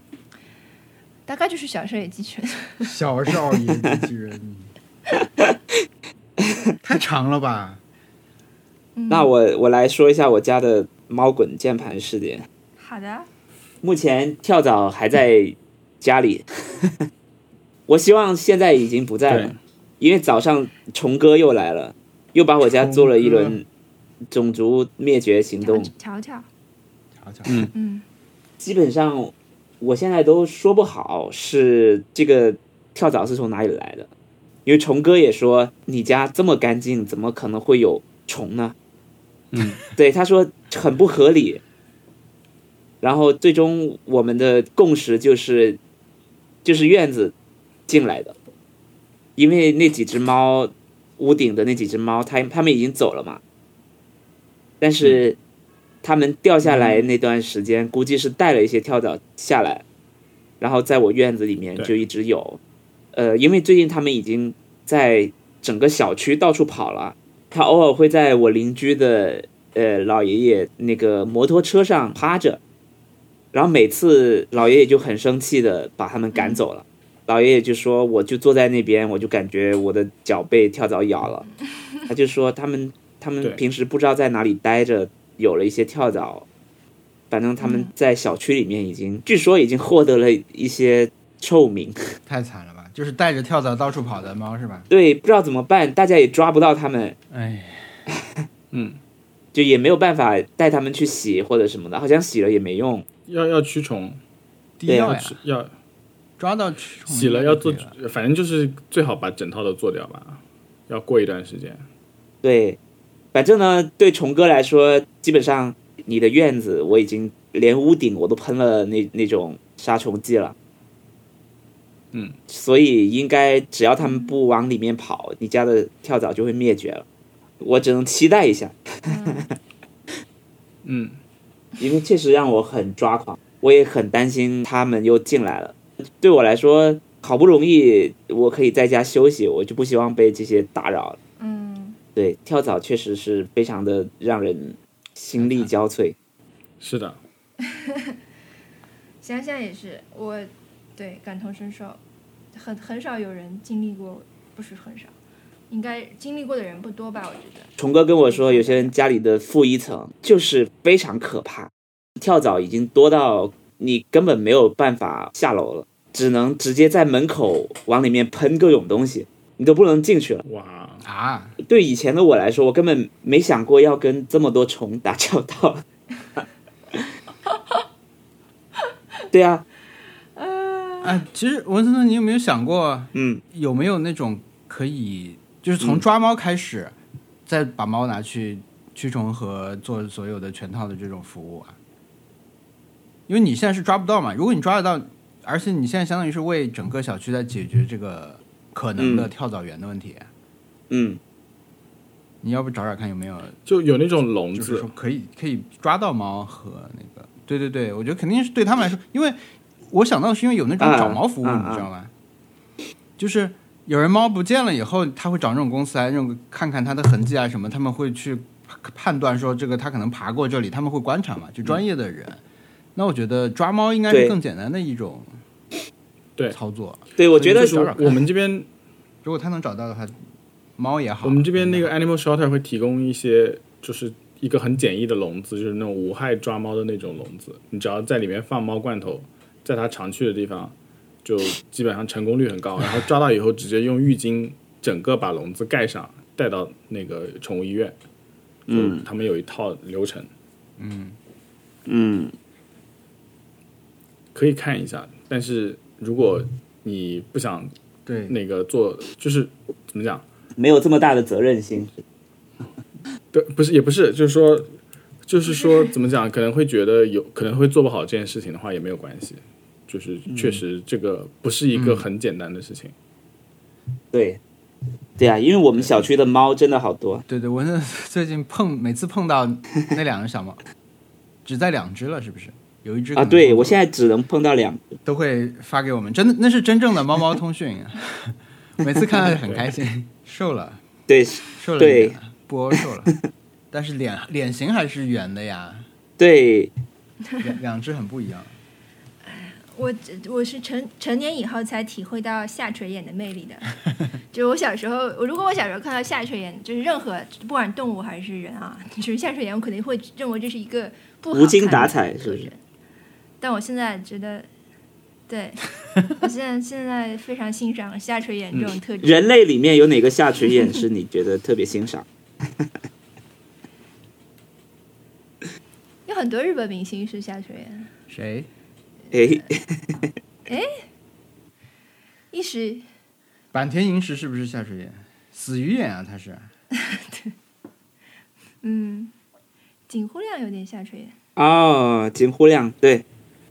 D: 大概就是小社野鸡犬。
C: 小少爷机器人，
B: <laughs>
C: 太长了吧？
D: 嗯
A: 那我我来说一下我家的猫滚键盘试点。
D: 嗯好的，
A: 目前跳蚤还在家里， <laughs> 我希望现在已经不在
B: 对
A: 了，因为早上虫哥又来了，又把我家做了一轮种族灭绝行
D: 乔
A: 动。
D: 乔乔，
C: 瞧瞧，
B: 嗯
D: 嗯，
A: 基本上我现在都说不好是这个跳蚤是从哪里来的，因为虫哥也说你家这么干净，怎么可能会有虫呢？
B: 嗯，
A: <laughs> 对，他说很不合理。然后最终我们的共识就是，就是院子进来的，因为那几只猫，屋顶的那几只猫，它它们已经走了嘛，但是它们掉下来
B: 嗯
A: 那段时间，估计是带了一些跳蚤下来，然后在我院子里面
B: 对
A: 就一直有，呃，因为最近它们已经在整个小区到处跑了，它偶尔会在我邻居的呃老爷爷那个摩托车上趴着，然后每次老爷爷就很生气的把他们赶走
B: 嗯
A: 了。老爷爷就说：“我就坐在那边，我就感觉我的脚被跳蚤咬了。”他就说他们他
B: 对
A: 们平时不知道在哪里待着，有了一些跳蚤。反正他们在小区里面已经，据说已经获得了一些臭名。 <laughs>
C: 太惨了吧？就是带着跳蚤到处跑的猫是吧？
A: 对，不知道怎么办，大家也抓不到他们，
C: 哎，
B: 嗯，
A: 就也没有办法带他们去洗或者什么的，好像洗了也没用。
B: 要要驱虫，
C: 低调
B: 要
C: 呀，
B: 驱要
C: 抓到驱啊虫
B: 洗了
C: 药
B: 要
C: 就
B: 做
C: 可以了，
B: 反正就是最好把整套都做掉吧，要过一段时间。
A: 对，反正呢，对虫哥来说，基本上你的院子我已经连屋顶我都喷了那那种杀虫剂了。
B: 嗯，
A: 所以应该只要他们不往里面跑，你家的跳蚤就会灭绝了。我只能期待一下，
B: 嗯，
A: 因为确实让我很抓狂，我也很担心他们又进来了。对我来说，好不容易我可以在家休息，我就不希望被这些打扰了。
D: 嗯，
A: 对，跳蚤确实是非常的让人心力交瘁。
B: 是的，
D: 想想也是，我对感同身受，很很少有人经历过，不是很少，应该经历过的人不多吧？我觉得，
A: 虫哥跟我说，有些人家里的负一层就是非常可怕，跳蚤已经多到你根本没有办法下楼了，只能直接在门口往里面喷各种东西，你都不能进去了。
B: 哇，
C: 啊，
A: 对以前的我来说，我根本没想过要跟这么多虫打交道。 <laughs> 对啊，
C: 哎，其实文森特，你有没有想过，
A: 嗯，
C: 有没有那种可以，就是从抓猫开始，再把猫拿去驱虫和做所有的全套的这种服务啊？因为你现在是抓不到嘛，如果你抓得到，而且你现在相当于是为整个小区在解决这个可能的
A: 嗯
C: 跳蚤源的问题，
A: 嗯，
C: 你要不找找看有没有，
B: 就有那种笼
C: 就是
B: 子
C: 说，可以可以抓到猫和那个，对对对，我觉得肯定是对他们来说，因为我想到的是因为有那种
A: 嗯
C: 找猫服务，
A: 嗯
C: 你知道吗？就是有人猫不见了以后，他会找那种公司来，啊那种看看它的痕迹啊什么，他们会去判断说这个它可能爬过这里，他们会观察嘛，就专业的人。
B: 嗯
C: 那我觉得抓猫应该是
A: 对
C: 更简单的一种
B: 对
C: 操作，
A: 对，我觉得
B: 就是我们这边
C: 如果他能找到的话，猫也好，
B: 我们这边那个
C: 嗯
B: Animal Shelter 会提供一些，就是一个很简易的笼子，就是那种无害抓猫的那种笼子。你只要在里面放猫罐头，在它常去的地方，就基本上成功率
A: <laughs>
B: 很高。然后抓到以后，直接用浴巾整个把笼子盖上，带到那个宠物医院。
A: 嗯
B: 就他们有一套流程，
A: 嗯，
B: 可以看一下。但是如果你不想
C: 对
B: 那个做，就是怎么讲？
A: 没有这么大的责任心。
B: 对，不是也不是，就是说，就是说怎么讲，可能会觉得有可能会做不好这件事情的话也没有关系，就是确实这个不是一个很简单的事情。
A: 对，对啊，因为我们小区的猫真的好多。
C: 对对，我那最近碰每次碰到那两只
A: <laughs>
C: 小猫，只在两只了，是不是？有一只可
A: 啊，
C: 能
A: 对我现在只能碰到两，
C: 都会发给我们，真的那是真正的猫猫通讯， <laughs> 每次看到很开心。瘦了，
A: 对
C: 瘦了一
A: 对
C: 点了，波瘦
A: <laughs>
C: 了，但是脸脸型还是圆的呀，
A: 对，
C: 两两只很不一样。
D: 我呃我是成成年以后才体会到下垂眼的魅
A: <laughs>
D: 力的，就是我小时候，我如果我小时候看到下垂眼，就是任何不管动物还是人啊， <laughs> 就是下垂眼，我肯定会认为这是一个不好看的
A: 无精打采是
D: 特
A: 不是
D: 征。但我现在觉得，
A: <laughs>
D: 对我现在现在非常欣赏下垂眼这种特质。
A: 嗯人类里面有哪个下垂眼是你觉得特别欣赏？
D: 有很多日本明星是下垂眼，
C: 谁？
A: 哎，
D: 一时
C: 坂田银时是不是下水眼？死鱼眼啊，他是。
D: 嗯，井户亮有点下垂眼，
A: 哦，井户亮，对，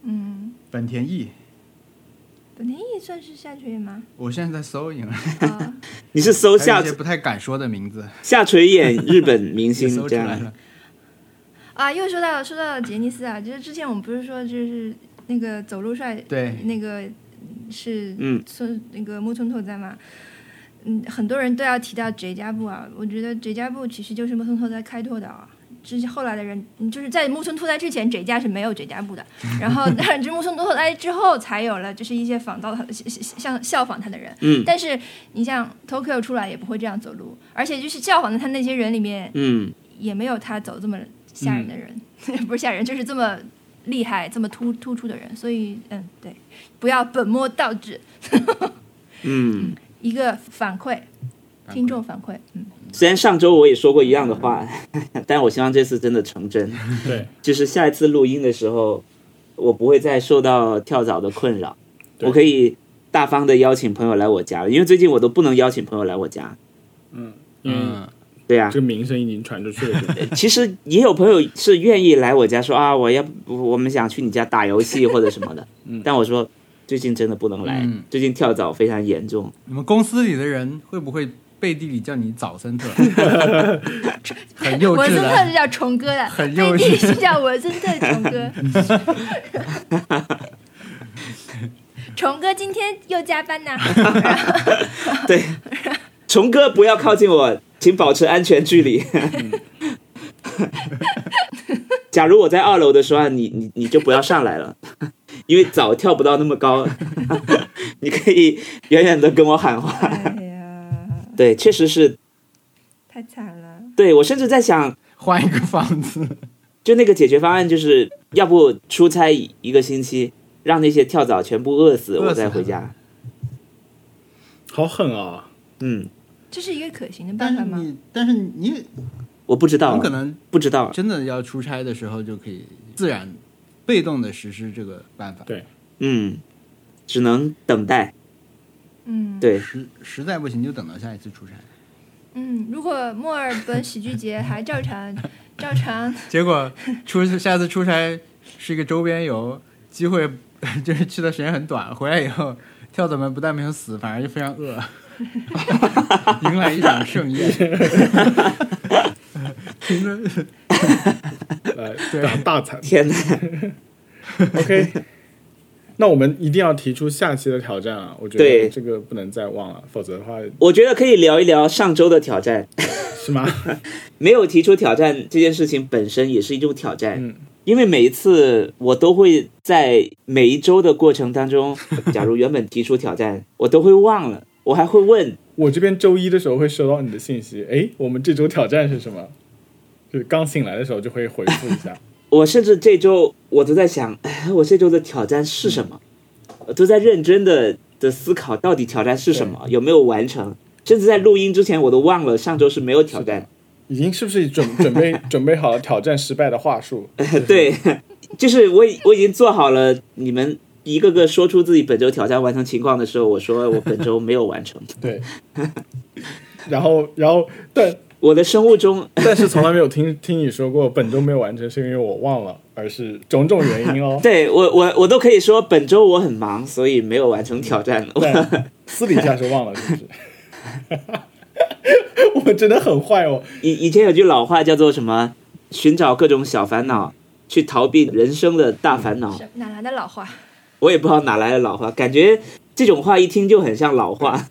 D: 嗯，
C: 本田翼，
D: 本田翼算是下垂眼吗？
C: 我现在在搜一下，
D: 啊。
A: 你是搜
C: 还有
A: 下
C: 一些不太敢说的名字，
A: 下垂眼日本明
C: 也
A: 星
C: <laughs> 搜
A: 这
C: 出来
A: 样
C: 了。
D: <laughs> 啊，又说到说到杰尼斯啊，就是之前我们不是说就是那个走路帅，
C: 对，
D: 那个是
A: 嗯
D: 村那个木村拓哉嘛，嗯，很多人都要提到绝家部啊，我觉得绝家部其实就是木村拓哉开拓的啊。之前后来的人，嗯就是在木村拓哉之前，绝家是没有绝家部的。然后，当然，这木村拓哉之后才有了，就是一些仿造他、像效仿他的人。
A: 嗯
D: 但是你像 Tokyo 出来也不会这样走路，而且就是效仿的他那些人里面，
A: 嗯，
D: 也没有他走这么吓人的人，
C: 嗯
D: <laughs> 不是吓人，就是这么厉害、这么突突出的人。所以，嗯，对，不要本末倒置。
A: 嗯，
D: 一个反馈，
C: 反馈
D: 听众反馈，嗯，
A: 虽然上周我也说过一样的话， <laughs> 但我希望这次真的成真。
B: 对，
A: 就是下一次录音的时候，我不会再受到跳蚤的困扰，
B: 对
A: 我可以大方的邀请朋友来我家了，因为最近我都不能邀请朋友来我家。
B: 因为
C: 嗯，
A: 对啊
B: 这，个名声已经传出去了，对吧
A: 其实也有朋友是愿意来我家说啊，我要不我们想去你家打游戏或者什么的，
B: 嗯
A: 但我说最近真的不能来，
C: 嗯
A: 最近跳蚤非常严重。
C: 你们公司里的人会不会背地里叫你早森特？很幼
D: 文
C: 稚
D: 森特
C: 的，
D: 就叫虫哥的，
C: 很幼
D: 贝
C: 稚
D: 蒂是叫文森特虫哥。
C: <laughs>
D: 虫哥今天又加班呐，
A: <laughs> 对，虫哥不要靠近我，请保持安全距离。
C: 嗯 <laughs>
A: 假如我在二楼的时候，你你你就不要上来了，因为早跳不到那么高， <laughs> 你可以远远的跟我喊话。
D: 哎呀，
A: 对，确实是，
D: 太惨了。
A: 对我甚至在想，
C: 换一个房子。
A: 就那个解决方案，就是要不出差一个星期，让那些跳蚤全部饿死，
C: 饿死
A: 我再回家。
B: 好狠啊！
A: 嗯，
D: 这是一个可行的
C: 但
D: 办
C: 是
D: 法吗？
C: 你，但是你，
A: 我不知道
C: 你
A: 啊，
C: 可能
A: 不知道。
C: 真的要出差的时候就可以自然被动的实施这个办法。
B: 对
A: 嗯，只能等待。
D: 嗯，
A: 对，
C: 实实在不行就等到下一次出差。
D: 嗯，如果墨尔本喜剧节还照常照常
C: 结果出下次出差是一个周边游，机会 <laughs> 就是去的时间很短，回来以后跳蚤们不但没有 <laughs> 死，反而就非常饿，迎来一场盛宴。
B: 你们来打大彩
A: 天哪！
B: OK，那我们一定要提出下期的挑战啊！我觉得
A: 对
B: 这个不能再忘了，否则的话
A: 我觉得可以聊一聊上周的挑战。
B: 是吗？ <laughs>
A: 没有提出挑战这件事情本身也是一种挑战，
B: 嗯
A: 因为每一次我都会在每一周的过程当中，假如原本提出挑战，我都会忘了，我还会问，
B: 我这边周一的时候会收到你的信息，哎，我们这周挑战是什么？就是刚醒来的时候就会回复一下。
A: 我甚至这周我都在想， <sighs> 哎，我这周的挑战是什么？我都在认真的的思考到底挑战是什么，有没有完成？甚至在录音之前我都忘了上周是没有挑战，
B: 已经是不是准 <laughs> 准备准备好了挑战失败的话术？
A: <laughs> 对，就是我已我已经做好了你们。一个个说出自己本周挑战完成情况的时候，我说我本周没有完成。 <laughs>
B: 对。 <laughs> 然后，然后，但
A: 我的生物钟，。
B: 但是从来没有听 <laughs> 听你说过本周没有完成是因为我忘了，而是种种原因哦
A: <laughs> 对我我我都可以说本周我很忙，所以没有完成挑战。
B: 但私底下是忘了，是不是？ <laughs> 我们真的很坏哦。
A: <laughs> 以以前有句老话叫做什么？寻找各种小烦恼，去逃避人生的大烦恼。
D: 是哪来的老话？
A: 我也不知道哪来的老话，感觉这种话一听就很像老话。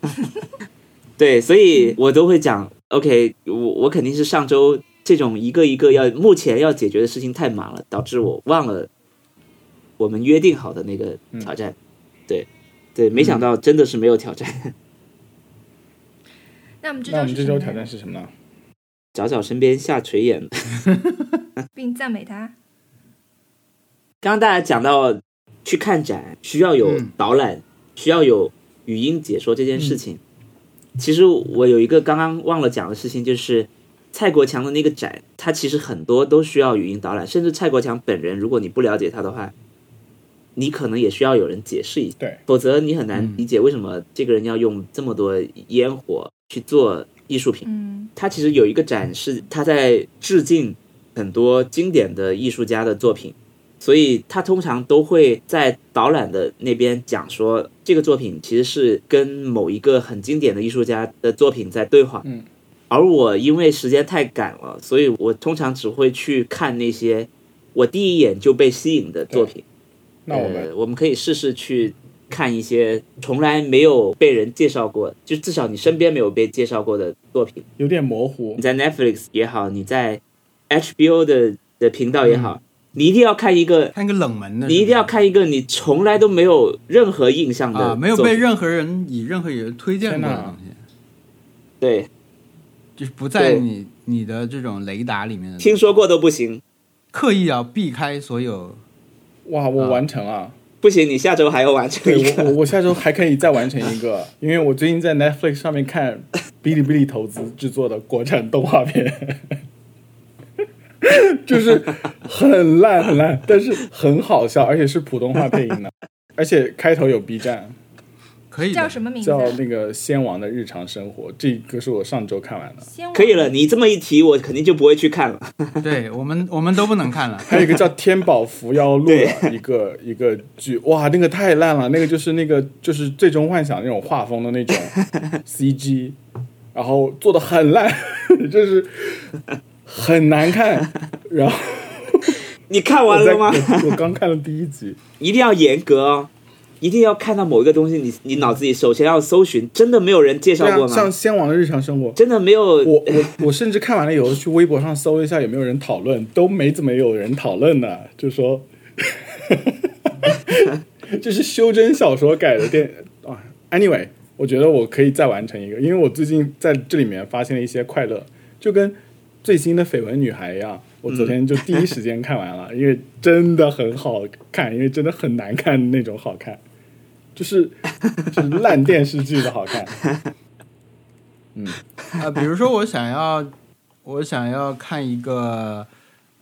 A: 对，所以我都会讲，OK，我我肯定是上周这种一个一个要目前要解决的事情太忙了，导致我忘了我们约定好的那个挑战。对，对，没想到真的是没有挑战。 <laughs>
D: 那我们这
B: 那我
D: 周
B: 们
D: 是
B: 这
D: 什
B: 周
D: 么
B: 挑
D: 呢
B: 战是什么呢？
A: 找找身边下垂眼。
D: 并赞美他。
A: 刚刚大家讲到去看展需要有
C: 嗯
A: 导览，需要有语音解说这件事情，其实我有一个刚刚忘了讲的事情，就是蔡国强的那个展，它其实很多都需要语音导览，甚至蔡国强本人，如果你不了解他的话，你可能也需要有人解释一下，
B: 对，
A: 否则你很难理解为什么这个人要用这么多烟火去做艺术品。
D: 嗯
A: 它其实有一个展示，它在致敬很多经典的艺术家的作品，所以它通常都会在导览的那边讲说，这个作品其实是跟某一个很经典的艺术家的作品在对话。
B: 嗯，
A: 而我因为时间太赶了，所以我通常只会去看那些我第一眼就被吸引的作品。
B: 哎那我们
A: 呃、我们可以试试去看一些从来没有被人介绍过，就至少你身边没有被介绍过的作品。
B: 有点模糊
A: 你。在 Netflix 也好，你在 HBO 的的频道也
C: 嗯
A: 好，你一定要看一个，
C: 看一个冷门的，
A: 你一定要看一个你从来都没有任何印象的作品、
C: 啊，没有被任何人以任何人推荐过的
B: 天哪
C: 东西，
A: 对
C: 就是不在
A: 对
C: 你你的这种雷达里面的，
A: 听说过都不行，
C: 刻意要避开所有。
B: 哇，我
C: 啊
B: 完成了。
A: 不行，你下周还要完成
B: 对
A: 一
B: 我，我
A: 个。
B: 我下周还可以再完成一个，因为我最近在 Netflix 上面看哔哩哔哩投资制作的国产动画片， <laughs> 就是很烂很烂，但是很好笑，而且是普通话配音的，而且开头有 B 站，
C: 可以的
D: 叫什么名字
B: 叫
D: 啊？
B: 那个《仙王的日常生活》，这个是我上周看完的，
D: 先我
A: 可以了，你这么一提，我肯定就不会去看了。
C: 对我们，我们都不能看了。
B: 还有一个叫《天宝扶摇录》的一个一个剧，哇，那个太烂了，那个就是那个就是最终幻想那种画风的
A: <laughs>
B: 那种 CG，然后做的很烂， <laughs> 就是很难看。然后
A: 你看
B: 我
A: 完
B: 在
A: 了吗？
B: 我我刚看了第一集，
A: 一定要严格哦，一定要看到某一个东西，你你脑子里首先要搜寻，真的没有人介
B: 对
A: 绍
B: 啊，
A: 过
B: 像《
A: 吗？
B: 仙王的日常生活》。
A: 真的没有
B: 我我我甚至看完了以后去微博上搜了一下有没有人讨论，都没怎么有人讨论呢，就说 <laughs> 这是修真小说改的电啊。Anyway，我觉得我可以再完成一个，因为我最近在这里面发现了一些快乐，就跟最新的《绯闻女孩》一样，我昨天就第一时间看完了，因为真的很好看，因为真的很难看的那种好看，就是就是烂电视剧的好看。
C: 啊，比如说我想要，我想要看一个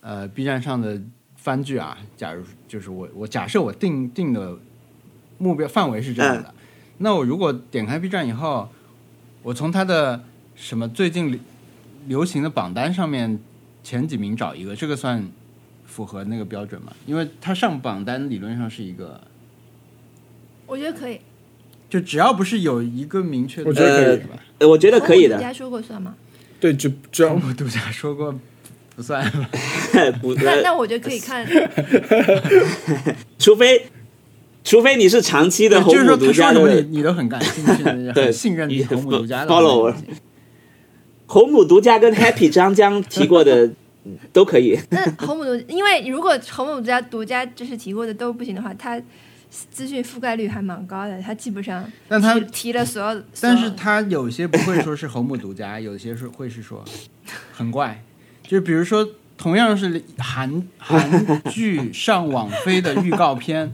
C: 呃 B 站上的番剧啊，假如就是我我假设我定定的目标范围是这样的，那我如果点开 B 站以后，我从它的什么最近流流行的榜单上面前几名找一个，这个算符合那个标准吗？因为它上榜单理论上是一个，
D: 我觉得可以。
C: 就只要不是有一个明确的，
B: 我觉得可以
C: 吧？
A: 呃我觉得可以的
D: 人。家说过算吗？
B: 对，只只要
C: 我独家说过不算了，
A: <laughs> 不，呃
D: 那那我就可以看，
A: 除非除非你是长期的
C: 就
A: 红
C: 是
A: 母
C: 说
A: 独
C: 他说
A: 家
C: 什么
A: 的，
C: 你你都很感兴
A: <laughs>
C: 趣，
A: 对
C: 很信任红母独家的
A: follow
C: 东西
A: 红母独家跟 Happy 张江提过的嗯都可以。
D: 那红母独，因为如果红母独家独家就是提过的都不行的话，它资讯覆盖率还蛮高的，它基本上
C: 但它
D: 只提了所有，
C: 但
D: 所
C: 是
D: 有
C: 他有些不会说是红母
A: <laughs>
C: 独家，有些是会是说很怪，就是比如说同样是韩韩剧上网飞的预告片，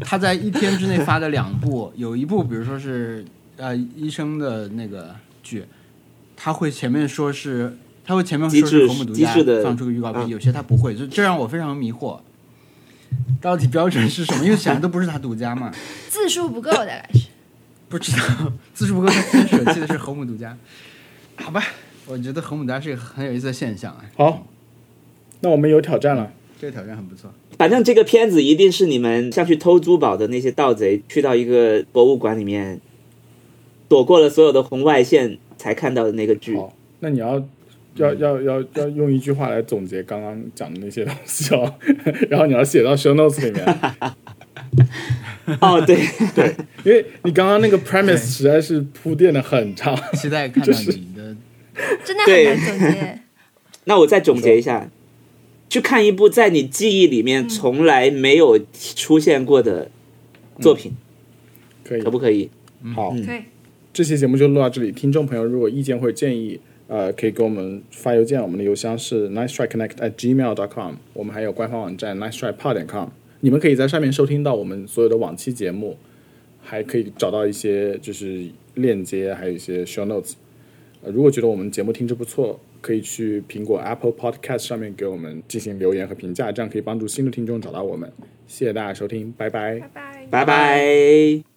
C: 他在一天之内发的两部，有一部比如说是呃医生的那个剧，他会前面说是。他会前面说
A: 机
C: 是
A: 智
C: 红母独
A: 机
C: 家
A: 智的
C: 放出个预告片，
A: 嗯
C: 有些他不会，就这让我非常迷惑，到底标准是什么？因为显然都不是他独家嘛。
D: 字数不够的来是。
C: 不知道，自数不够，他先舍弃的是红母独家。好吧，我觉得红母独家是一个很有意思的现象啊。
B: 好，那我们有挑战了。
C: 这个挑战很不错。
A: 反正这个片子一定是你们像去偷珠宝的那些盗贼，去到一个博物馆里面，躲过了所有的红外线才看到的那个剧。
C: 哦
B: 好，那你要要要要要用一句话来总结刚刚讲的那些东西哦， <laughs> 然后你要写到 show notes 里面，
A: 哦，
C: <laughs>
A: 对，
B: 因为你刚刚那个 premise 实在是铺垫的很长。
C: 期待看到你的
D: 真的很难总结。
A: 那我再总结一下，去看一部在你记忆里面从来没有出现过的作品，
B: 可以
C: 嗯
B: 嗯
A: 可，不可以？
B: 好，
D: 可以，
B: 这期节目就录到这里。听众朋友如果意见或者建议，呃，可以给我们发邮件，我们的邮箱是 nice try connect at gmail dot com，我们还有官方网站 nice try pod dot com，你们可以在上面收听到我们所有的往期节目，还可以找到一些就是链接，还有一些 show notes。呃如果觉得我们节目听着不错，可以去苹果 Apple Podcast 上面给我们进行留言和评价，这样可以帮助新的听众找到我们。谢谢大家收听，拜拜。
D: 拜拜。
A: 拜拜